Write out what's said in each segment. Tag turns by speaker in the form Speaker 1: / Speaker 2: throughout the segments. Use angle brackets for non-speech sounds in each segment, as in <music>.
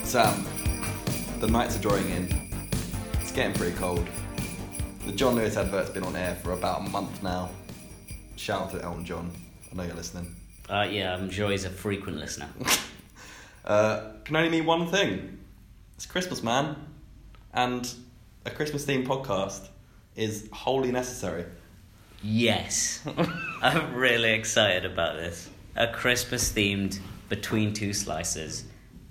Speaker 1: It's um, the nights are drawing in. It's getting pretty cold. The John Lewis advert's been on air for about a month now. Shout out to Elton John. I know you're listening.
Speaker 2: Uh, yeah, I'm sure he's a
Speaker 1: <laughs>
Speaker 2: frequent listener.
Speaker 1: Uh, can only mean one thing. It's Christmas, man, and a Christmas themed podcast is wholly necessary.
Speaker 2: yes. I'm really excited about this. A Christmas themed Between Two Slices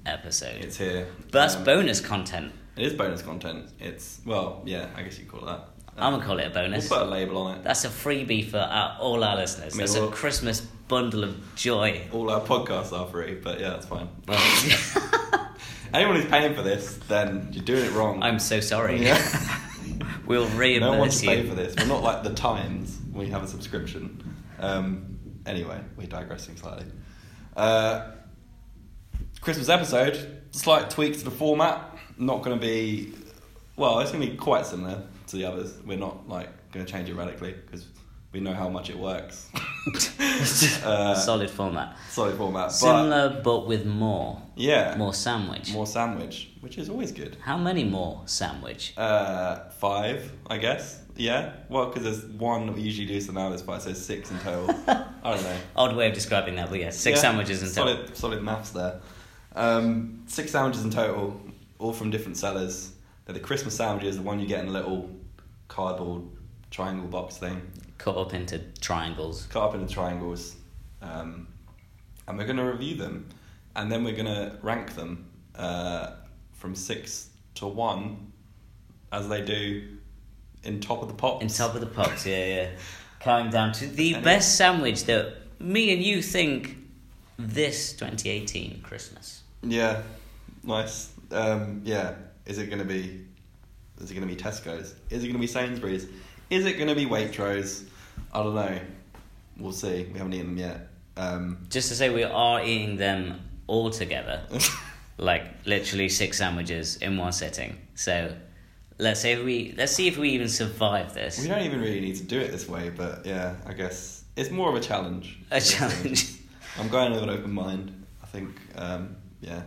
Speaker 2: episode.
Speaker 1: It's here.
Speaker 2: That's
Speaker 1: Um,
Speaker 2: bonus content.
Speaker 1: It is bonus content. It's well, yeah, I guess you could call it that.
Speaker 2: I'm gonna call it a bonus.
Speaker 1: uh, We'll put a label on it.
Speaker 2: That's a freebie for our, all our listeners.
Speaker 1: I mean,
Speaker 2: That's
Speaker 1: we'll-
Speaker 2: a Christmas bundle of joy.
Speaker 1: All our podcasts are free, but yeah, that's fine.
Speaker 2: Well,
Speaker 1: <laughs> Anyone who's paying for this, then you're doing it wrong.
Speaker 2: I'm so sorry.
Speaker 1: Yeah.
Speaker 2: <laughs> We'll reimburse
Speaker 1: no one's
Speaker 2: you.
Speaker 1: paid for this. We're not like the Times. We have a subscription. Um, anyway, we're digressing slightly. Uh, Christmas episode, slight tweak to the format. Not going to be, well, it's going to be quite similar to the others. We're not like going to change it radically because we know how much it
Speaker 2: <laughs>
Speaker 1: works. uh,
Speaker 2: Solid format.
Speaker 1: solid format. But
Speaker 2: Similar, but with more.
Speaker 1: yeah,
Speaker 2: More sandwich.
Speaker 1: more sandwich, which is always good.
Speaker 2: How many more sandwich?
Speaker 1: Uh, five, I guess. Yeah. Well, because there's one that we usually do, so now there's five, so six in
Speaker 2: <laughs>
Speaker 1: total. I don't know.
Speaker 2: Odd way of describing that, but yeah, six
Speaker 1: Yeah,
Speaker 2: sandwiches in
Speaker 1: solid,
Speaker 2: total.
Speaker 1: Solid maths there. Um, six sandwiches in total, all from different sellers. They're the Christmas sandwiches, the one you get in a little cardboard triangle box thing,
Speaker 2: Cut up into triangles.
Speaker 1: cut up into triangles, um, and we're gonna review them, and then we're gonna rank them uh, from six to one, as they do in top of the pops.
Speaker 2: In top of the pops, yeah, yeah. Coming down to the
Speaker 1: Anyway.
Speaker 2: best sandwich that me and you think this 2018 Christmas.
Speaker 1: Yeah, nice. Um, yeah, is it gonna be? Is it gonna be Tesco's? Is it gonna be Sainsbury's? Is it gonna be Waitrose? I don't know. We'll see. We haven't eaten them yet. Um,
Speaker 2: Just to say, we are eating them
Speaker 1: <laughs>
Speaker 2: all together, like literally six sandwiches in one sitting. So let's say if we let's see if we even survive this.
Speaker 1: we don't even really need to do it this way, but yeah, I guess it's more of a challenge.
Speaker 2: A challenge.
Speaker 1: <laughs> I'm going with an open mind. I think, um, yeah,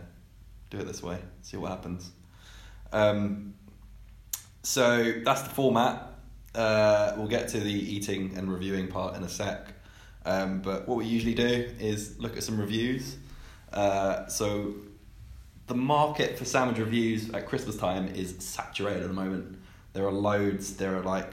Speaker 1: do it this way. See what happens. Um, so that's the format. Uh, we'll get to the eating and reviewing part in a sec. Um, but what we usually do is look at some reviews. Uh, so the market for sandwich reviews at Christmas time is saturated at the moment. There are loads. There are like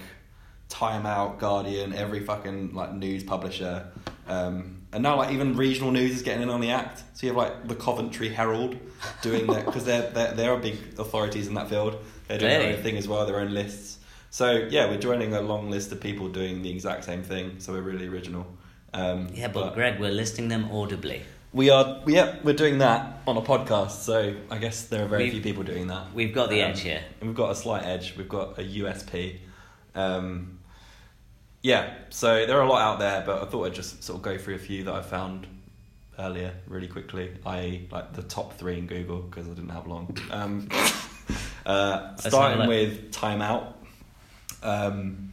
Speaker 1: Time Out, Guardian, every fucking like news publisher, um, and now like even regional news is getting in on the act. So you have like the Coventry Herald doing that because they're, they're they are big authorities in that field. They're doing their
Speaker 2: Really?
Speaker 1: own thing as well, their own lists. So yeah, we're joining a long list of people doing the exact same thing. So we're really original. Um,
Speaker 2: yeah, but Greg, we're listing them audibly.
Speaker 1: we are, yeah, we're doing that on a podcast, so I guess there are very
Speaker 2: We've-
Speaker 1: few people doing that.
Speaker 2: We've got the
Speaker 1: Um,
Speaker 2: edge here.
Speaker 1: And we've got a slight edge. We've got a USP. Um, yeah, so there are a lot out there, but I thought I'd just sort of go through a few that I found earlier really quickly, i.e., like the top three in Google because I didn't have long. Um, <laughs> uh,
Speaker 2: have a
Speaker 1: starting
Speaker 2: look.
Speaker 1: with Time Out. Um,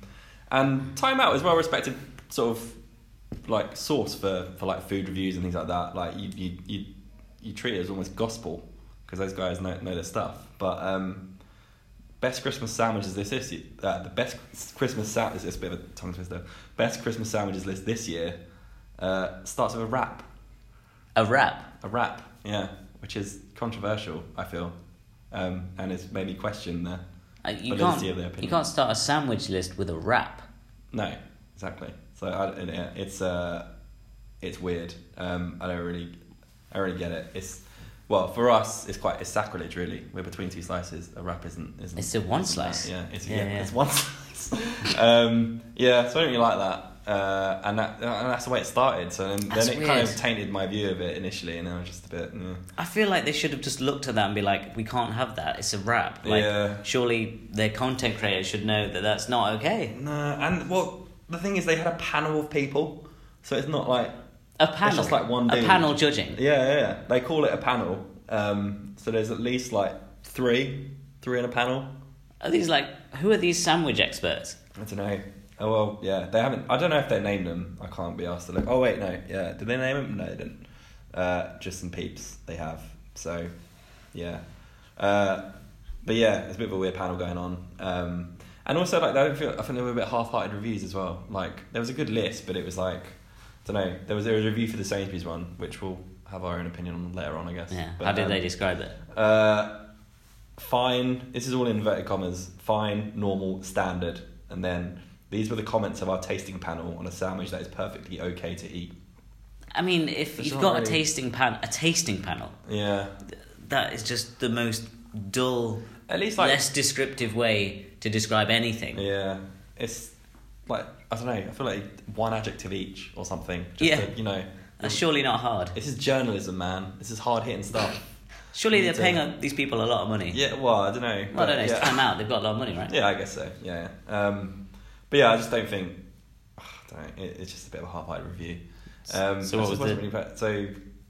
Speaker 1: and Time Out is well respected, sort of like source for, for like food reviews and things like that. Like you you you, you treat it as almost gospel because those guys know know their stuff. But um, best Christmas sandwiches this issue. Uh, the best Christmas sandwich. It's a bit of a tongue twister. Best Christmas sandwiches list this year uh, starts with a wrap.
Speaker 2: A wrap.
Speaker 1: A wrap, yeah, which is controversial. I feel, um, and it's made me question the
Speaker 2: Uh,
Speaker 1: validity
Speaker 2: you
Speaker 1: of
Speaker 2: can't,
Speaker 1: their opinion.
Speaker 2: you can't start a sandwich list with a wrap.
Speaker 1: No, exactly. So I, it- it- it's uh, it's weird. Um, I don't really, I don't really get it. It's well for us, it's quite it's sacrilege really. We're between two slices. A wrap isn't isn't.
Speaker 2: It's a one
Speaker 1: isn't that.
Speaker 2: slice.
Speaker 1: Yeah, it's
Speaker 2: Yeah,
Speaker 1: yeah,
Speaker 2: yeah.
Speaker 1: it's one <laughs> slice. um, yeah, so I don't really like that. Uh, and that and that's the way it started. So then,
Speaker 2: That's
Speaker 1: then it kind of
Speaker 2: weird.
Speaker 1: tainted my view of it initially, and I was just a bit. Yeah.
Speaker 2: I feel like they should have just looked at that and be like, "We can't have that. It's a wrap." Like,
Speaker 1: Yeah.
Speaker 2: surely their content creators should know that that's not okay.
Speaker 1: No, and well, the thing is, they had a panel of people, so it's not like
Speaker 2: A panel,
Speaker 1: just like one
Speaker 2: a
Speaker 1: dude.
Speaker 2: panel judging.
Speaker 1: Yeah, yeah, yeah. They call it a panel. Um, so there's at least like three, three in a panel.
Speaker 2: Are these like who are these sandwich experts?
Speaker 1: I don't know. Oh well, yeah. They haven't. I don't know if they named them. I can't be asked to look. Oh wait, no. Yeah, did they name them? No, they didn't. Uh, just some peeps they have. So, yeah. Uh, but yeah, it's a bit of a weird panel going on. Um, and also, like, I don't feel. I think there were a bit half-hearted reviews as well. Like, there was a good list, but it was like, I don't know. There was, there was a review for the Sainsbury's one, which we'll have our own opinion on later on, I guess.
Speaker 2: Yeah.
Speaker 1: But,
Speaker 2: How did
Speaker 1: um,
Speaker 2: they describe it?
Speaker 1: Uh, fine. This is all in inverted commas. Fine, normal, standard, and then these were the comments of our tasting panel on a sandwich that is perfectly okay to eat.
Speaker 2: I mean, if
Speaker 1: It's
Speaker 2: you've
Speaker 1: not
Speaker 2: got a
Speaker 1: really-
Speaker 2: tasting pan, a tasting panel,
Speaker 1: Yeah.
Speaker 2: that is just the most dull,
Speaker 1: At least like
Speaker 2: less descriptive way to describe anything.
Speaker 1: yeah, it's like I don't know. I feel like one adjective each or something. Just
Speaker 2: Yeah.
Speaker 1: To, you know.
Speaker 2: That's surely not hard.
Speaker 1: This is journalism, man. This is hard hitting stuff.
Speaker 2: <laughs> Surely
Speaker 1: You
Speaker 2: they're
Speaker 1: need to-
Speaker 2: paying uh, these people a lot of money.
Speaker 1: Yeah. Well, I don't know.
Speaker 2: Well, I don't know. It's
Speaker 1: yeah.
Speaker 2: time out. They've got a lot of money, right?
Speaker 1: Yeah, I guess so. Yeah. yeah. Um, but yeah, I just don't think. <sighs> I don't know. It, it's just a bit of a half-hearted review. Um,
Speaker 2: So what
Speaker 1: I just
Speaker 2: was the-
Speaker 1: wasn't really pre- so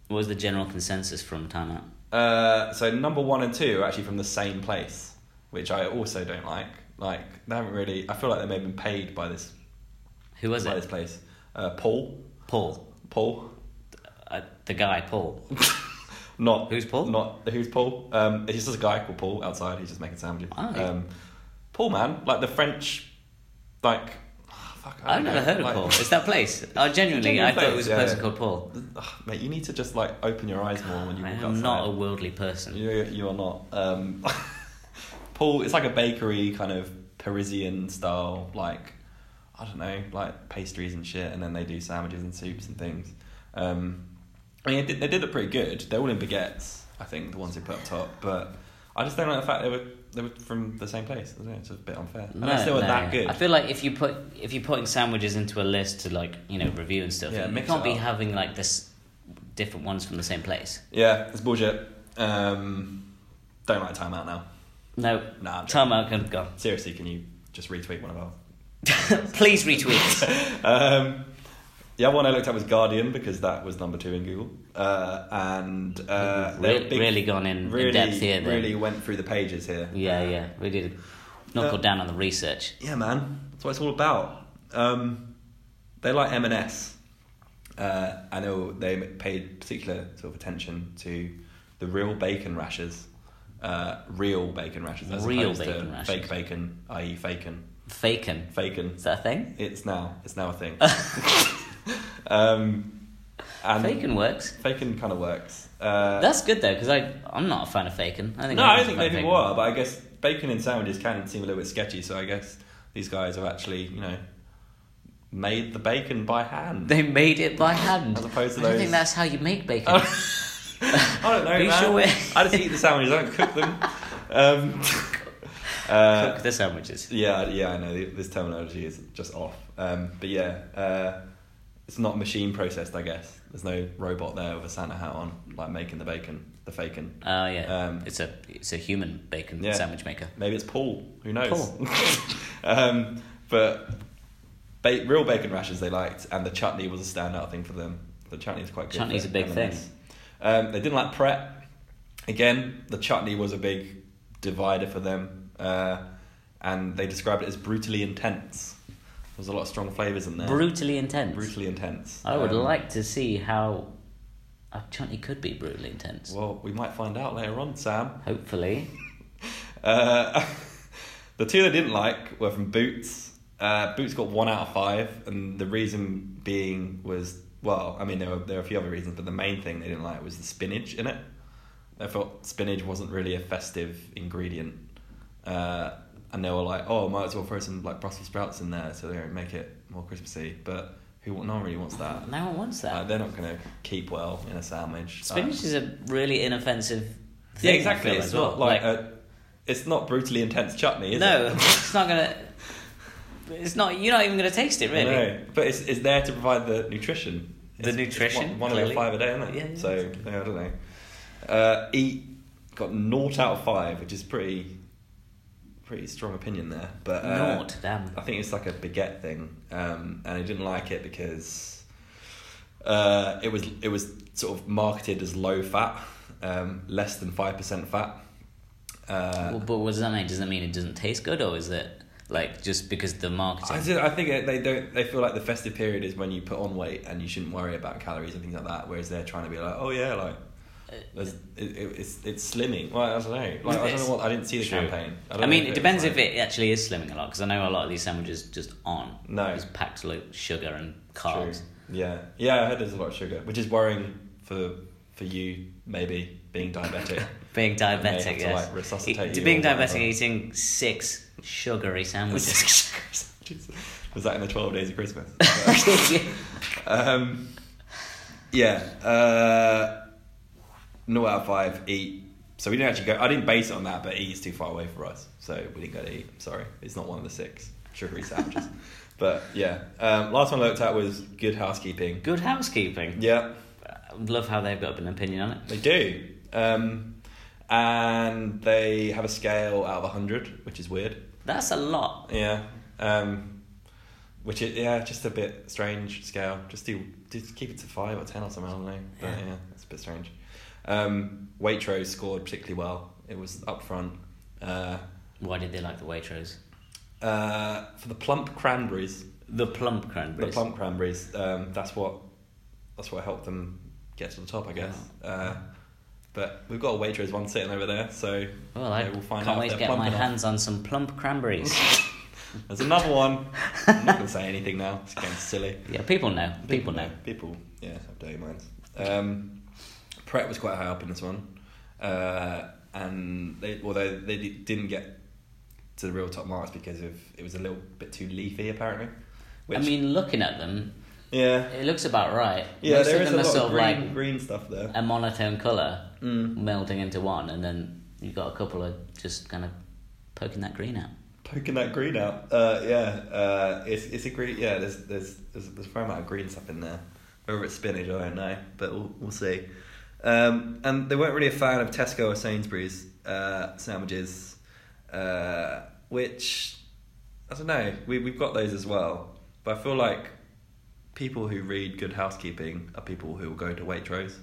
Speaker 2: What was the general consensus from time out?
Speaker 1: Uh, so number one and two are actually from the same place, which I also don't like. Like they haven't really. I feel like they may have been paid by this
Speaker 2: Who was
Speaker 1: by
Speaker 2: it?
Speaker 1: this place. Uh, Paul,
Speaker 2: Paul.
Speaker 1: Paul, <laughs>
Speaker 2: Uh, the guy, Paul.
Speaker 1: not
Speaker 2: Who's Paul?
Speaker 1: Not who's Paul? Um, it's just a guy called Paul outside. He's just making sandwiches.
Speaker 2: Oh, yeah.
Speaker 1: Um, Paul, man, like the French, like. ah, Fuck, I
Speaker 2: I've
Speaker 1: don't
Speaker 2: never
Speaker 1: know,
Speaker 2: heard of
Speaker 1: like- <laughs>
Speaker 2: Paul. It's that place. Oh, genuinely,
Speaker 1: Genuine
Speaker 2: I thought it
Speaker 1: place,
Speaker 2: was a
Speaker 1: yeah,
Speaker 2: person
Speaker 1: yeah.
Speaker 2: called Paul.
Speaker 1: Ugh, ah, mate, you need to just like open your eyes more when you
Speaker 2: I
Speaker 1: walk
Speaker 2: am
Speaker 1: outside.
Speaker 2: not a worldly person.
Speaker 1: You you are not. Um, <laughs> Paul, it's like a bakery kind of Parisian style, like I don't know, like pastries and shit, and then they do sandwiches and soups and things. Um, I mean, they did, they did look pretty good. They're all in baguettes, I think, the ones they put up top. But I just don't like the fact they were they were from the same place. I don't know, it's just a bit unfair. Unless they were that good.
Speaker 2: I feel like if you put if you're putting sandwiches into a list to like you know review and stuff,
Speaker 1: Yeah,
Speaker 2: you
Speaker 1: mix
Speaker 2: can't
Speaker 1: it
Speaker 2: be
Speaker 1: up.
Speaker 2: having like this different ones from the same place.
Speaker 1: yeah, it's bullshit. Um, don't like timeout now.
Speaker 2: No,
Speaker 1: Nah, I'm
Speaker 2: time out can go.
Speaker 1: Seriously, can you just retweet one of our
Speaker 2: <laughs> Please retweet.
Speaker 1: um, the other one I looked at was Guardian because that was number two in Google, uh, and uh,
Speaker 2: We've
Speaker 1: they're
Speaker 2: re-
Speaker 1: big-
Speaker 2: really gone in, in
Speaker 1: really,
Speaker 2: depth here. Then.
Speaker 1: really went through the pages here.
Speaker 2: Yeah, yeah. We did knuckle
Speaker 1: Uh,
Speaker 2: down on the research.
Speaker 1: yeah, man, that's what it's all about. Um, they like M and S. Uh, I know they paid particular sort of attention to the real bacon rashers, uh, real bacon rashers, as
Speaker 2: Real
Speaker 1: opposed
Speaker 2: bacon
Speaker 1: to
Speaker 2: rashers.
Speaker 1: fake bacon, e, i.e., faken,
Speaker 2: Faking.
Speaker 1: faken.
Speaker 2: Is that a thing?
Speaker 1: It's now. It's now a
Speaker 2: <laughs>
Speaker 1: thing. <laughs> um, and
Speaker 2: Faking works.
Speaker 1: faking kind of works. Uh,
Speaker 2: That's good though, because I I'm not a fan of faking. I think
Speaker 1: no, I don't
Speaker 2: everyone's a
Speaker 1: think
Speaker 2: fan
Speaker 1: they
Speaker 2: of
Speaker 1: people
Speaker 2: faking.
Speaker 1: are, but I guess bacon and sandwiches can seem a little bit sketchy. So I guess these guys have actually, you know, made the bacon by hand. <laughs>
Speaker 2: They made it by hand.
Speaker 1: As opposed to
Speaker 2: I don't
Speaker 1: those-
Speaker 2: think that's how you make bacon.
Speaker 1: I don't know,
Speaker 2: Are you
Speaker 1: man.
Speaker 2: sure we're-
Speaker 1: I just eat the sandwiches. I don't cook
Speaker 2: <laughs>
Speaker 1: them. Um, <laughs> uh,
Speaker 2: Cook the sandwiches.
Speaker 1: Yeah, yeah, I know. This terminology is just off. Um, but yeah, uh, it's not machine processed, I guess. There's no robot there with a Santa hat on, like making the bacon, the faking.
Speaker 2: Oh yeah,
Speaker 1: Um,
Speaker 2: it's a it's a human bacon
Speaker 1: Yeah.
Speaker 2: sandwich maker.
Speaker 1: Maybe it's Paul. Who knows?
Speaker 2: Paul.
Speaker 1: <laughs> um, but ba- real bacon rashers they liked, and the chutney was a standout thing for them. The chutney's quite good.
Speaker 2: Chutney's
Speaker 1: for
Speaker 2: a big
Speaker 1: M&S.
Speaker 2: thing.
Speaker 1: Um, they didn't like Pret. Again, the chutney was a big divider for them, uh, and they described it as brutally intense. There's a lot of strong flavors in there.
Speaker 2: Brutally intense.
Speaker 1: Uh, brutally intense.
Speaker 2: I would
Speaker 1: Um,
Speaker 2: like to see how a chutney could be brutally intense.
Speaker 1: Well, we might find out later on, Sam.
Speaker 2: Hopefully,
Speaker 1: Uh, <laughs> the two they didn't like were from Boots. Uh, Boots got one out of five, and the reason being was well, I mean there were there were a few other reasons, but the main thing they didn't like was the spinach in it. They thought spinach wasn't really a festive ingredient, uh, and they were like, oh, might as well throw some like Brussels sprouts in there so they don't make it more Christmassy. But who no one really wants that.
Speaker 2: no one wants that.
Speaker 1: Like, they're not gonna keep well in a sandwich. Like-
Speaker 2: Spinach is a really inoffensive. Thing,
Speaker 1: uh, yeah,
Speaker 2: I
Speaker 1: exactly.
Speaker 2: feel,
Speaker 1: It's
Speaker 2: as
Speaker 1: not
Speaker 2: well.
Speaker 1: like, a, it's not brutally intense chutney, is
Speaker 2: no,
Speaker 1: it?
Speaker 2: <laughs> it's not gonna. It's not. You're not even gonna taste it, really.
Speaker 1: No, but it's, it's there to provide the nutrition.
Speaker 2: The
Speaker 1: It's- it's
Speaker 2: nutrition,
Speaker 1: one one of the
Speaker 2: clearly.
Speaker 1: five a day, isn't it?
Speaker 2: Yeah, yeah,
Speaker 1: so yeah, I don't know. Uh, eat got naught out of five, which is pretty, pretty strong opinion there. But uh,
Speaker 2: Naught, damn.
Speaker 1: I think it's like a baguette thing, um, and I didn't like it because uh, it was it was sort of marketed as low fat, um, less than five percent fat. Uh,
Speaker 2: Well, but what does that mean? Does that mean it doesn't taste good, or is it like just because the marketing?
Speaker 1: I, just, I think it- they don't. They feel like the festive period is when you put on weight and you shouldn't worry about calories and things like that. Whereas they're trying to be like, oh yeah, like
Speaker 2: Uh,
Speaker 1: There's, it, it, it's it's slimming. Well, I don't know. Like, I don't
Speaker 2: It's
Speaker 1: know what. I didn't see the
Speaker 2: true.
Speaker 1: campaign. I, don't
Speaker 2: I
Speaker 1: know
Speaker 2: mean,
Speaker 1: if
Speaker 2: it depends
Speaker 1: like-
Speaker 2: if it actually is slimming a lot, because I know a lot of these sandwiches just on.
Speaker 1: No.
Speaker 2: Just packed with sugar and
Speaker 1: True.
Speaker 2: carbs.
Speaker 1: Yeah, yeah. I heard there's a lot of sugar, which is worrying for for you maybe being
Speaker 2: <laughs>
Speaker 1: diabetic.
Speaker 2: Being
Speaker 1: And they have
Speaker 2: diabetic,
Speaker 1: to,
Speaker 2: yes.
Speaker 1: like, resuscitate
Speaker 2: Eat-
Speaker 1: you
Speaker 2: being
Speaker 1: or whatever.
Speaker 2: diabetic, and eating six sugary sandwiches.
Speaker 1: <laughs>
Speaker 2: <laughs>
Speaker 1: Was that in the twelve days of Christmas?
Speaker 2: yeah,
Speaker 1: um, yeah. Uh, no out of five. Eat. So we didn't actually go. I didn't base it on that, but eat is too far away for us, so we didn't go to eat. Sorry, it's not one of the six sugary sandwiches. but yeah, um, last one I looked at was good housekeeping.
Speaker 2: good housekeeping.
Speaker 1: Yeah,
Speaker 2: I Love how they've got an opinion on it.
Speaker 1: They do. Um, and they have a scale out of 100, which is weird.
Speaker 2: That's a lot.
Speaker 1: Yeah. Um, which is, yeah, just a bit strange scale. Just do, just keep it to 5 or 10 or something, I don't know. But yeah,
Speaker 2: Yeah.
Speaker 1: it's a bit strange. Um, Waitrose scored particularly well. It was up front. Uh,
Speaker 2: Why did they like the Waitrose?
Speaker 1: uh, for the plump cranberries,
Speaker 2: The plump cranberries.
Speaker 1: the plump cranberries, um, that's what that's what helped them get to the top, I guess.
Speaker 2: Oh.
Speaker 1: Uh, but we've got a Waitrose one sitting over there, so
Speaker 2: Well, I
Speaker 1: yeah,
Speaker 2: can't wait
Speaker 1: if
Speaker 2: to
Speaker 1: they're
Speaker 2: get my
Speaker 1: plump enough.
Speaker 2: hands on some plump cranberries.
Speaker 1: <laughs> There's another one. I'm not gonna
Speaker 2: <laughs>
Speaker 1: say anything now. It's getting silly.
Speaker 2: yeah, people know. People know.
Speaker 1: People, yeah, have dirty minds. Um, Pret was quite high up in this one, uh, and they although they di- didn't get to the real top marks because of it was a little bit too leafy apparently. Which,
Speaker 2: I mean, looking at them,
Speaker 1: yeah,
Speaker 2: it looks about right.
Speaker 1: yeah,
Speaker 2: Most
Speaker 1: there
Speaker 2: of
Speaker 1: is
Speaker 2: them
Speaker 1: a
Speaker 2: are
Speaker 1: lot of
Speaker 2: sort of
Speaker 1: green,
Speaker 2: like um,
Speaker 1: green stuff there.
Speaker 2: a monotone colour
Speaker 1: Mm.
Speaker 2: melding into one, and then you've got a couple of just kind of poking that green out.
Speaker 1: Poking that green out. Uh, yeah, uh, it's it's a green. Yeah, there's there's there's, there's a fair amount of green stuff in there. Whether it's spinach, I don't know, but we'll we'll see. Um, and they weren't really a fan of Tesco or Sainsbury's uh, sandwiches, uh, which I don't know. We we've got those as well, but I feel like people who read Good Housekeeping are people who will go to Waitrose.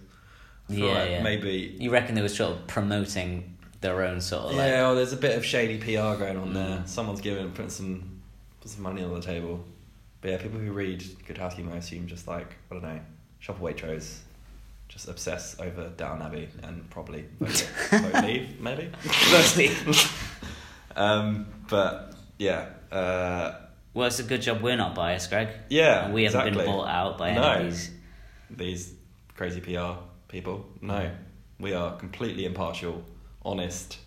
Speaker 1: I feel
Speaker 2: Yeah,
Speaker 1: like
Speaker 2: yeah.
Speaker 1: maybe
Speaker 2: You reckon they were sort of promoting their own sort of like.
Speaker 1: yeah, well, there's a bit of shady PR going on there.
Speaker 2: Mm.
Speaker 1: Someone's giving putting some put some money on the table. But yeah, people who read Good Housekeeping, I assume, just like I don't know, shop at Waitrose, just obsess over Down Abbey and
Speaker 2: <laughs>
Speaker 1: probably vote, vote leave maybe.
Speaker 2: Vote Leave.
Speaker 1: <laughs> um, but yeah, uh,
Speaker 2: Well, it's a good job we're not biased, Greg.
Speaker 1: Yeah,
Speaker 2: And we haven't been
Speaker 1: exactly.
Speaker 2: bought out by
Speaker 1: No.
Speaker 2: any of these.
Speaker 1: these crazy PR people. No, we are completely impartial, honest.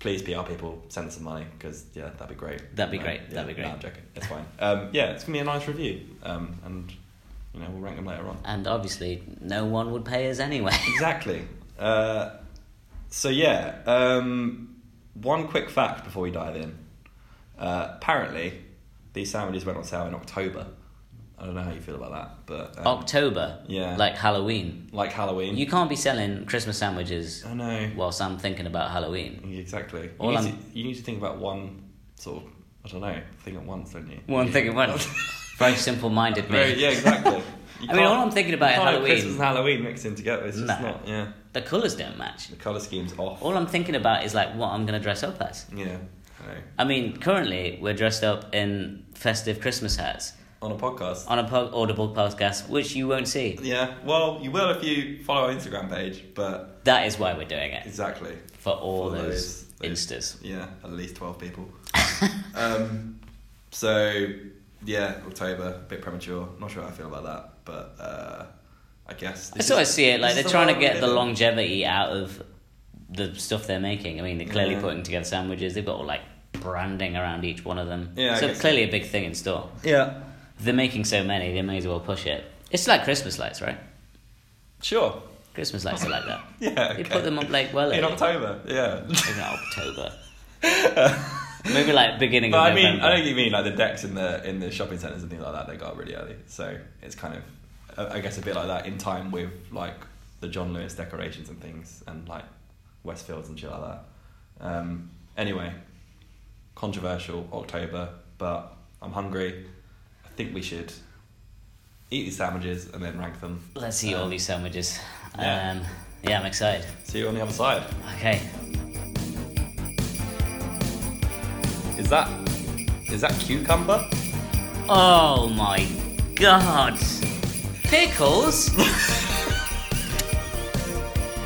Speaker 1: Please, PR people, send us some money because yeah, that'd be great.
Speaker 2: That'd be
Speaker 1: No,
Speaker 2: great,
Speaker 1: yeah,
Speaker 2: that'd be
Speaker 1: No,
Speaker 2: great.
Speaker 1: I'm joking. It's fine. Um, yeah, it's gonna be a nice review, um, and you know we'll rank them later on.
Speaker 2: And obviously, no one would pay us anyway.
Speaker 1: <laughs> Exactly. Uh, so yeah, um, one quick fact before we dive in. Uh, apparently, these sandwiches went on sale in October. I don't know how you feel about that, but um,
Speaker 2: October.
Speaker 1: Yeah.
Speaker 2: Like Halloween.
Speaker 1: like Halloween,
Speaker 2: You can't be selling Christmas sandwiches
Speaker 1: I know.
Speaker 2: whilst I'm thinking about Halloween.
Speaker 1: Exactly. You,
Speaker 2: All
Speaker 1: need to,
Speaker 2: I'm-
Speaker 1: you need to think about one sort of, I don't know, thing at once, don't you?
Speaker 2: One thing at once. Very simple minded me.
Speaker 1: <laughs> Very, yeah,
Speaker 2: <laughs>
Speaker 1: exactly. You
Speaker 2: I mean,
Speaker 1: can't-
Speaker 2: all I'm thinking about
Speaker 1: you
Speaker 2: is
Speaker 1: can't have
Speaker 2: Halloween.
Speaker 1: Christmas and Halloween mixed in together. It's just
Speaker 2: No.
Speaker 1: not, yeah.
Speaker 2: The colours don't match.
Speaker 1: The colour scheme's off.
Speaker 2: All I'm thinking about is like what I'm going to dress up as.
Speaker 1: Yeah. I know.
Speaker 2: I mean, currently we're dressed up in festive Christmas hats
Speaker 1: On a podcast.
Speaker 2: on a po- Audible podcast, which you won't see.
Speaker 1: Yeah. Well, you will if you follow our Instagram page, but
Speaker 2: That is why we're doing it
Speaker 1: exactly.
Speaker 2: for all
Speaker 1: For
Speaker 2: those,
Speaker 1: those-
Speaker 2: instas.
Speaker 1: Yeah, at least 12
Speaker 2: <laughs>
Speaker 1: people. um, so, yeah, October, a bit premature. Not sure how I feel about that, but uh, I guess.
Speaker 2: I sort of see it like
Speaker 1: this is
Speaker 2: they're
Speaker 1: the
Speaker 2: trying to
Speaker 1: world we
Speaker 2: get
Speaker 1: live
Speaker 2: the
Speaker 1: in.
Speaker 2: longevity out of the stuff they're making. I mean, they're clearly
Speaker 1: Yeah.
Speaker 2: putting together sandwiches. They've got all like branding around each one of them.
Speaker 1: Yeah, I
Speaker 2: so
Speaker 1: guess so.
Speaker 2: clearly a big thing in store.
Speaker 1: Yeah.
Speaker 2: They're making so many, they may as well push it. It's like Christmas lights, right?
Speaker 1: Sure.
Speaker 2: Christmas lights are
Speaker 1: <laughs>
Speaker 2: like that.
Speaker 1: Yeah.
Speaker 2: They put them up like well
Speaker 1: in
Speaker 2: early.
Speaker 1: October. Yeah.
Speaker 2: Maybe not October.
Speaker 1: <laughs>
Speaker 2: Maybe like beginning
Speaker 1: But
Speaker 2: of
Speaker 1: I mean,
Speaker 2: November.
Speaker 1: I don't think you mean like the decks in the in the shopping centres and things like that. They got up really early, so it's kind of, I- I guess, a bit like that in time with like the John Lewis decorations and things, and like Westfields and shit like that. Um, anyway, controversial October, but I'm hungry. I think we should eat these sandwiches and then rank them.
Speaker 2: Let's eat all these sandwiches.
Speaker 1: yeah.
Speaker 2: Um, yeah, I'm excited.
Speaker 1: See you on the other side.
Speaker 2: Okay.
Speaker 1: Is that is that cucumber?
Speaker 2: Oh my god. Pickles?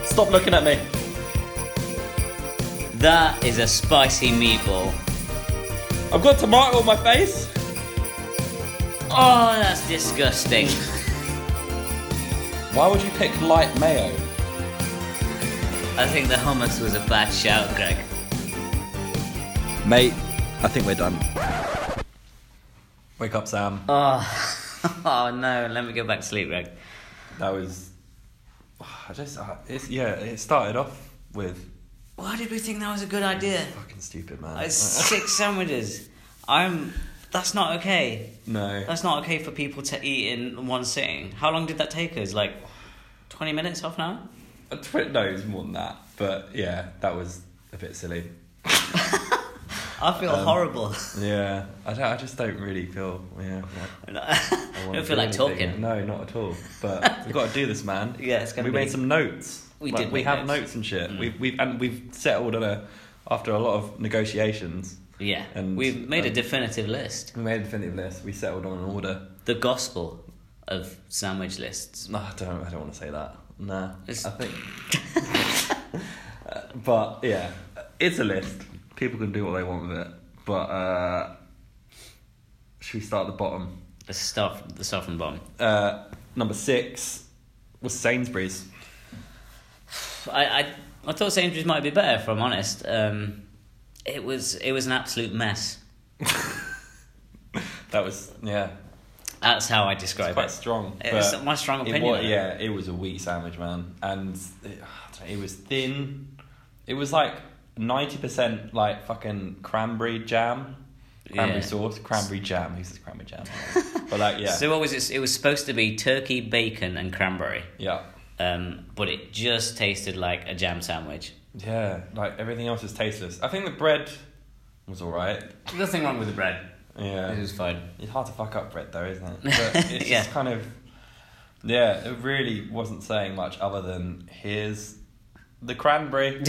Speaker 1: Stop looking at me.
Speaker 2: That is a spicy meatball.
Speaker 1: I've got tomato on my face.
Speaker 2: Oh, that's <laughs> disgusting.
Speaker 1: Why would you pick light mayo?
Speaker 2: I think the hummus was a bad shout, Greg.
Speaker 1: Mate, I think we're done. Wake up, Sam.
Speaker 2: Oh, <laughs> oh no, let me go back to sleep, Greg.
Speaker 1: That was. <sighs> I just. I- It's, yeah, it started off with
Speaker 2: Why did we think that was a good idea?
Speaker 1: fucking stupid, man.
Speaker 2: It's six <laughs> sandwiches. I'm. That's not okay.
Speaker 1: no.
Speaker 2: That's not okay for people to eat in one sitting. How long did that take us? Like, twenty minutes, half an hour?
Speaker 1: A twi- no, it was more than that. But yeah, that was a bit silly.
Speaker 2: I feel
Speaker 1: Um, <laughs>
Speaker 2: horrible.
Speaker 1: Yeah, I, don't, I just don't really feel. Yeah, like,
Speaker 2: I
Speaker 1: wanna
Speaker 2: don't feel like
Speaker 1: do anything.
Speaker 2: talking.
Speaker 1: No, not at all. But we've got to do this, man.
Speaker 2: Yeah, it's gonna
Speaker 1: We
Speaker 2: be-
Speaker 1: made some notes.
Speaker 2: We
Speaker 1: Like,
Speaker 2: did
Speaker 1: We
Speaker 2: make
Speaker 1: have
Speaker 2: notes.
Speaker 1: notes and shit.
Speaker 2: Mm.
Speaker 1: We've we've and we've settled on a after a lot of negotiations.
Speaker 2: Yeah,
Speaker 1: And-
Speaker 2: we've made a
Speaker 1: and-
Speaker 2: definitive list.
Speaker 1: We made a definitive list. We settled on an order.
Speaker 2: The gospel of sandwich lists.
Speaker 1: No, I don't. I don't want to say that. Nah,
Speaker 2: It's-
Speaker 1: I think. Uh, but yeah, it's a list. People can do what they want with it. But uh, should we start at the bottom?
Speaker 2: The stuff, the stuff and bomb.
Speaker 1: Uh, number six was Sainsbury's. <laughs>
Speaker 2: I, I, I thought Sainsbury's might be better. If I'm honest, um, it was it was an absolute mess.
Speaker 1: That was yeah,
Speaker 2: That's how I
Speaker 1: it's
Speaker 2: describe
Speaker 1: quite
Speaker 2: it.
Speaker 1: strong.
Speaker 2: It's
Speaker 1: but
Speaker 2: my strong
Speaker 1: it
Speaker 2: opinion.
Speaker 1: wa- yeah, it was a wheat sandwich, man, and <sighs> it, I don't know, it was thin. It was like ninety percent like fucking cranberry jam, cranberry
Speaker 2: Yeah.
Speaker 1: sauce,
Speaker 2: <laughs>
Speaker 1: cranberry jam. Who says cranberry jam? but like yeah,
Speaker 2: So what was it? It was supposed to be turkey, bacon, and cranberry,
Speaker 1: yeah,
Speaker 2: um, but it just tasted like a jam sandwich.
Speaker 1: yeah. Like everything else is tasteless. I think the bread was all right.
Speaker 2: Nothing wrong with the bread.
Speaker 1: Yeah,
Speaker 2: It was <laughs> fine.
Speaker 1: It's hard to fuck up bread though, isn't
Speaker 2: <laughs>
Speaker 1: it? But it's
Speaker 2: Yeah.
Speaker 1: just kind of yeah. It really wasn't saying much other than here's the
Speaker 2: <laughs>
Speaker 1: cranberry,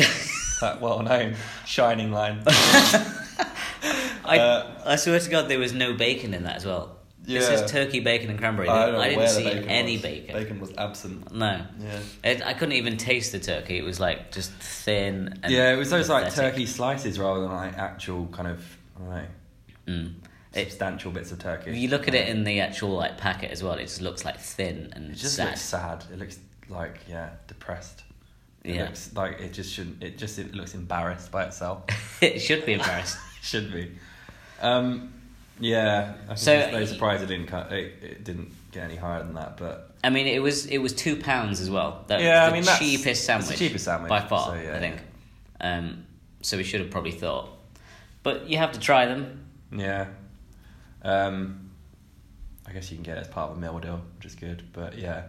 Speaker 1: that well-known shining line.
Speaker 2: I,
Speaker 1: Uh,
Speaker 2: I swear to God, there was no bacon in that as well.
Speaker 1: Yeah.
Speaker 2: It says turkey, bacon, and cranberry.
Speaker 1: I
Speaker 2: I,
Speaker 1: don't know
Speaker 2: didn't
Speaker 1: where the
Speaker 2: see
Speaker 1: bacon
Speaker 2: any
Speaker 1: was.
Speaker 2: bacon.
Speaker 1: Bacon was absent.
Speaker 2: No.
Speaker 1: Yeah.
Speaker 2: It, I couldn't even taste the turkey. It was like just thin. And
Speaker 1: yeah, it was those like
Speaker 2: pathetic.
Speaker 1: turkey slices rather than like actual kind of I don't know
Speaker 2: Mm. It,
Speaker 1: substantial bits of turkey.
Speaker 2: if you look at it in the actual like packet as well, it just looks like thin and
Speaker 1: It just
Speaker 2: sad.
Speaker 1: looks sad. It looks like yeah, depressed. It
Speaker 2: Yeah.
Speaker 1: looks like it just shouldn't. It just it looks embarrassed by itself.
Speaker 2: <laughs> <laughs> it should be embarrassed.
Speaker 1: <laughs> Should be. Um, yeah. I
Speaker 2: So-
Speaker 1: so no surprise it didn't cut. It, it didn't get any higher than that, but
Speaker 2: I mean, it was it was two pounds as well. That
Speaker 1: Yeah,
Speaker 2: was
Speaker 1: I
Speaker 2: the
Speaker 1: mean, that's- it's
Speaker 2: cheapest
Speaker 1: the
Speaker 2: sandwich,
Speaker 1: cheapest sandwich,
Speaker 2: by far.
Speaker 1: so, yeah,
Speaker 2: I think. Um, so we should have probably thought, but you have to try them.
Speaker 1: yeah. Um, I guess you can get it as part of a meal deal, which is good. But yeah,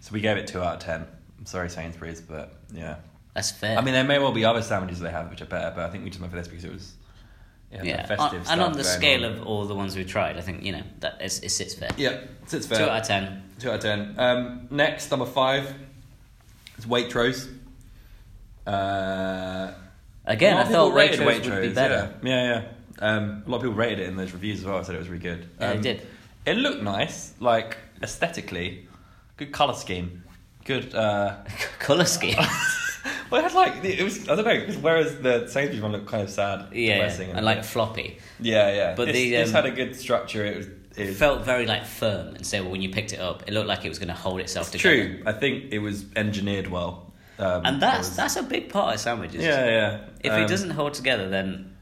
Speaker 1: so we gave it two out of ten. I'm sorry, Sainsbury's, but yeah.
Speaker 2: That's fair.
Speaker 1: I mean, there may well be other sandwiches they have which are better, but I think we just went for this because it was it had that
Speaker 2: yeah.
Speaker 1: festive
Speaker 2: On- and on
Speaker 1: stuff
Speaker 2: the
Speaker 1: going
Speaker 2: scale
Speaker 1: on.
Speaker 2: of all the ones we tried, I think you know that it's, it sits fair.
Speaker 1: yeah, so it's fair.
Speaker 2: Two out of ten.
Speaker 1: Two out of ten. Um, next, number five is Waitrose. Uh,
Speaker 2: Again,
Speaker 1: a lot
Speaker 2: I
Speaker 1: of
Speaker 2: thought
Speaker 1: people rated
Speaker 2: Waitrose, would be
Speaker 1: Waitrose,
Speaker 2: better.
Speaker 1: Yeah, yeah. yeah. Um, a lot of people rated it in those reviews as well. Said it was really good.
Speaker 2: Yeah, it
Speaker 1: Um,
Speaker 2: did.
Speaker 1: It looked nice, like aesthetically, good color scheme, good.
Speaker 2: <laughs>
Speaker 1: Uh, <laughs>
Speaker 2: Color scheme.
Speaker 1: well, it had like it was. I don't know. 'cause Whereas the Sainsbury's one looked kind of sad,
Speaker 2: yeah,
Speaker 1: depressing,
Speaker 2: and like floppy.
Speaker 1: yeah, yeah. But
Speaker 2: but
Speaker 1: this,
Speaker 2: the,
Speaker 1: this
Speaker 2: um,
Speaker 1: had a good structure. It was. It
Speaker 2: It
Speaker 1: was
Speaker 2: felt very like firm and stable when you picked it up. It looked like it was going to hold itself together.
Speaker 1: true. I think it was engineered well. Um,
Speaker 2: And
Speaker 1: there
Speaker 2: that's
Speaker 1: was-
Speaker 2: that's a big part of sandwiches.
Speaker 1: Yeah, yeah.
Speaker 2: If
Speaker 1: Um,
Speaker 2: it doesn't hold together, then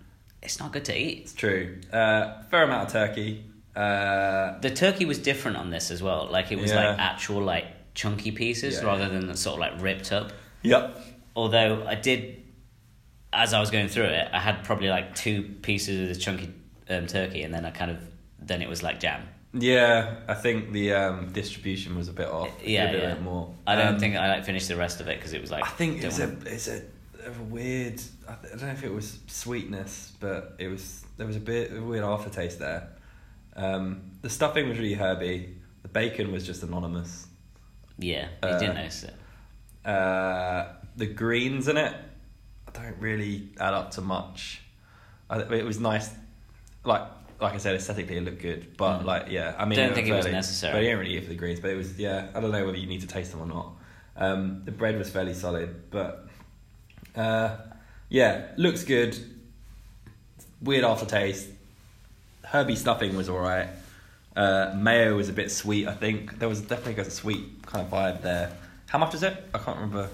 Speaker 2: it's not good to eat.
Speaker 1: It's true. Uh, fair amount of turkey. Uh,
Speaker 2: The turkey was different on this as well. Like it was
Speaker 1: Yeah.
Speaker 2: like actual like chunky pieces
Speaker 1: Yeah,
Speaker 2: rather than sort of like ripped up.
Speaker 1: yep.
Speaker 2: Although I did, as I was going through it, I had probably like two pieces of the chunky um, turkey, and then I kind of then it was like jam.
Speaker 1: Yeah, I think the um, distribution was a bit off. It
Speaker 2: Yeah,
Speaker 1: could be
Speaker 2: yeah.
Speaker 1: A bit more.
Speaker 2: I don't
Speaker 1: Um,
Speaker 2: think I like finished the rest of it because it was like
Speaker 1: I think
Speaker 2: don't
Speaker 1: it's
Speaker 2: wanna-
Speaker 1: a it's a, a weird. I th- I don't know if it was sweetness, but it was there was a bit a weird aftertaste there. Um, the stuffing was really herby. The bacon was just anonymous.
Speaker 2: yeah. You
Speaker 1: uh,
Speaker 2: didn't notice it.
Speaker 1: Uh, the greens in it don't really add up to much. I, th- it was nice, like like I said, aesthetically it looked good, but
Speaker 2: Mm.
Speaker 1: like yeah, I mean,
Speaker 2: Don't
Speaker 1: were
Speaker 2: think it was
Speaker 1: fairly-
Speaker 2: necessary.
Speaker 1: But I didn't really eat for the greens, but it was yeah. I don't know whether you need to taste them or not. Um, the bread was fairly solid, but uh, yeah, looks good. Weird aftertaste. Herby stuffing was alright. Uh, mayo was a bit sweet, I think. There was definitely a sweet kind of vibe there. How much was it? I can't remember.